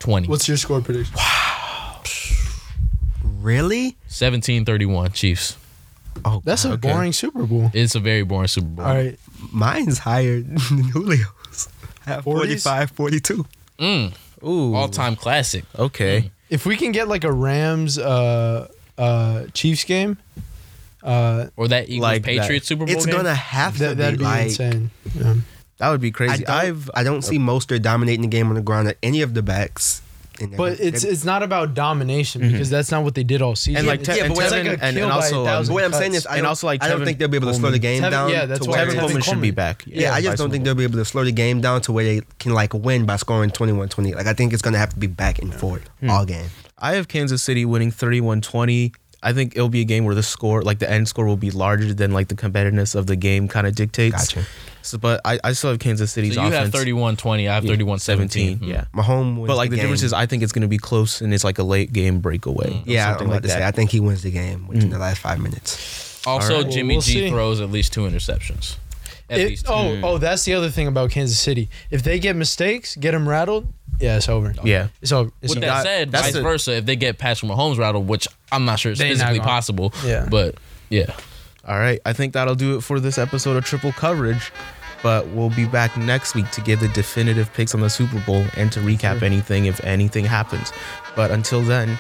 [SPEAKER 2] 20.
[SPEAKER 3] What's your score prediction?
[SPEAKER 4] really?
[SPEAKER 2] 17-31 Chiefs.
[SPEAKER 4] Oh,
[SPEAKER 3] That's a
[SPEAKER 4] God.
[SPEAKER 3] boring Super Bowl.
[SPEAKER 2] It's a very boring Super Bowl.
[SPEAKER 3] All right,
[SPEAKER 4] Mine's higher than Julio's. I have
[SPEAKER 3] 40s?
[SPEAKER 4] 45, 42.
[SPEAKER 2] Mm,
[SPEAKER 1] Ooh,
[SPEAKER 2] all-time classic.
[SPEAKER 1] okay.
[SPEAKER 3] if we can get like a Rams uh uh Chiefs game, uh
[SPEAKER 2] Or that Eagles
[SPEAKER 1] Like that.
[SPEAKER 2] Patriots Super Bowl
[SPEAKER 4] It's
[SPEAKER 2] game.
[SPEAKER 4] going to have to
[SPEAKER 3] that that'd
[SPEAKER 4] be,
[SPEAKER 3] be
[SPEAKER 4] like,
[SPEAKER 3] insane. Yeah.
[SPEAKER 1] That would be
[SPEAKER 4] I
[SPEAKER 1] crazy.
[SPEAKER 4] don't,
[SPEAKER 1] I've
[SPEAKER 4] I've, I don't see Mostert dominating the game on the ground at any of the backs. And they're
[SPEAKER 3] But
[SPEAKER 4] gonna-
[SPEAKER 3] it's
[SPEAKER 4] they're-
[SPEAKER 3] it's not about domination because that's not what they did all season.
[SPEAKER 1] Mm-hmm. and like Te-
[SPEAKER 4] yeah,
[SPEAKER 1] and
[SPEAKER 4] but it's
[SPEAKER 1] Tevin
[SPEAKER 4] like a
[SPEAKER 1] and,
[SPEAKER 3] kill
[SPEAKER 1] and
[SPEAKER 3] by a
[SPEAKER 1] also um,
[SPEAKER 3] thousand.
[SPEAKER 4] but what I'm saying is, I
[SPEAKER 1] And
[SPEAKER 4] don't-
[SPEAKER 1] also, like,
[SPEAKER 4] I don't
[SPEAKER 1] Tevin
[SPEAKER 4] think they'll be able to slow the
[SPEAKER 1] Coleman.
[SPEAKER 4] game
[SPEAKER 3] Tevin-
[SPEAKER 4] down.
[SPEAKER 3] yeah, that's
[SPEAKER 4] to
[SPEAKER 3] why
[SPEAKER 4] where-
[SPEAKER 1] Tevin
[SPEAKER 3] Tevin
[SPEAKER 1] Coleman, should be
[SPEAKER 3] Coleman.
[SPEAKER 1] back.
[SPEAKER 4] Yeah, I just don't think they'll be able to slow the game down to where they can like win by scoring 21-20. Like I think it's gonna have to be back and forth
[SPEAKER 1] Hmm.
[SPEAKER 4] all game.
[SPEAKER 1] I have Kansas City winning 31-20. I think it'll be a game where the score, like the end score, will be larger than like the competitiveness of the game kind of dictates.
[SPEAKER 4] Gotcha.
[SPEAKER 1] So, but I, I still have Kansas City's
[SPEAKER 2] So you have
[SPEAKER 1] offense
[SPEAKER 2] 31-20. I have 31-17. Hmm.
[SPEAKER 1] Yeah.
[SPEAKER 4] Mahomes wins
[SPEAKER 1] But like the,
[SPEAKER 4] game.
[SPEAKER 1] difference is, I think it's going to be close and it's like a late game breakaway. or
[SPEAKER 4] yeah, I'm
[SPEAKER 1] something Mm,
[SPEAKER 4] about
[SPEAKER 1] like
[SPEAKER 4] to
[SPEAKER 1] that. Hmm.
[SPEAKER 4] say I think he wins the game within the last five minutes.
[SPEAKER 2] Also,
[SPEAKER 1] All right.
[SPEAKER 3] Well,
[SPEAKER 2] Jimmy
[SPEAKER 3] we'll
[SPEAKER 2] G
[SPEAKER 3] see.
[SPEAKER 2] throws at least two interceptions. At
[SPEAKER 3] It-
[SPEAKER 2] least two.
[SPEAKER 3] oh
[SPEAKER 1] Mm.
[SPEAKER 3] oh that's the other thing about Kansas City. If they get mistakes, get them rattled. Yeah, it's over.
[SPEAKER 1] yeah.
[SPEAKER 3] It's over. It's
[SPEAKER 2] With
[SPEAKER 3] over.
[SPEAKER 2] that
[SPEAKER 1] got-
[SPEAKER 2] said,
[SPEAKER 1] that's
[SPEAKER 2] vice
[SPEAKER 1] the-
[SPEAKER 2] versa, if they get Patrick Mahomes rattled, which I'm not sure it's
[SPEAKER 3] They not
[SPEAKER 2] physically
[SPEAKER 3] gonna.
[SPEAKER 2] possible,
[SPEAKER 3] Yeah.
[SPEAKER 2] but yeah.
[SPEAKER 1] All right. I think that'll do it for this episode of Triple Coverage. But we'll be back next week to give the definitive picks on the Super Bowl and to recap anything if anything happens. But until then,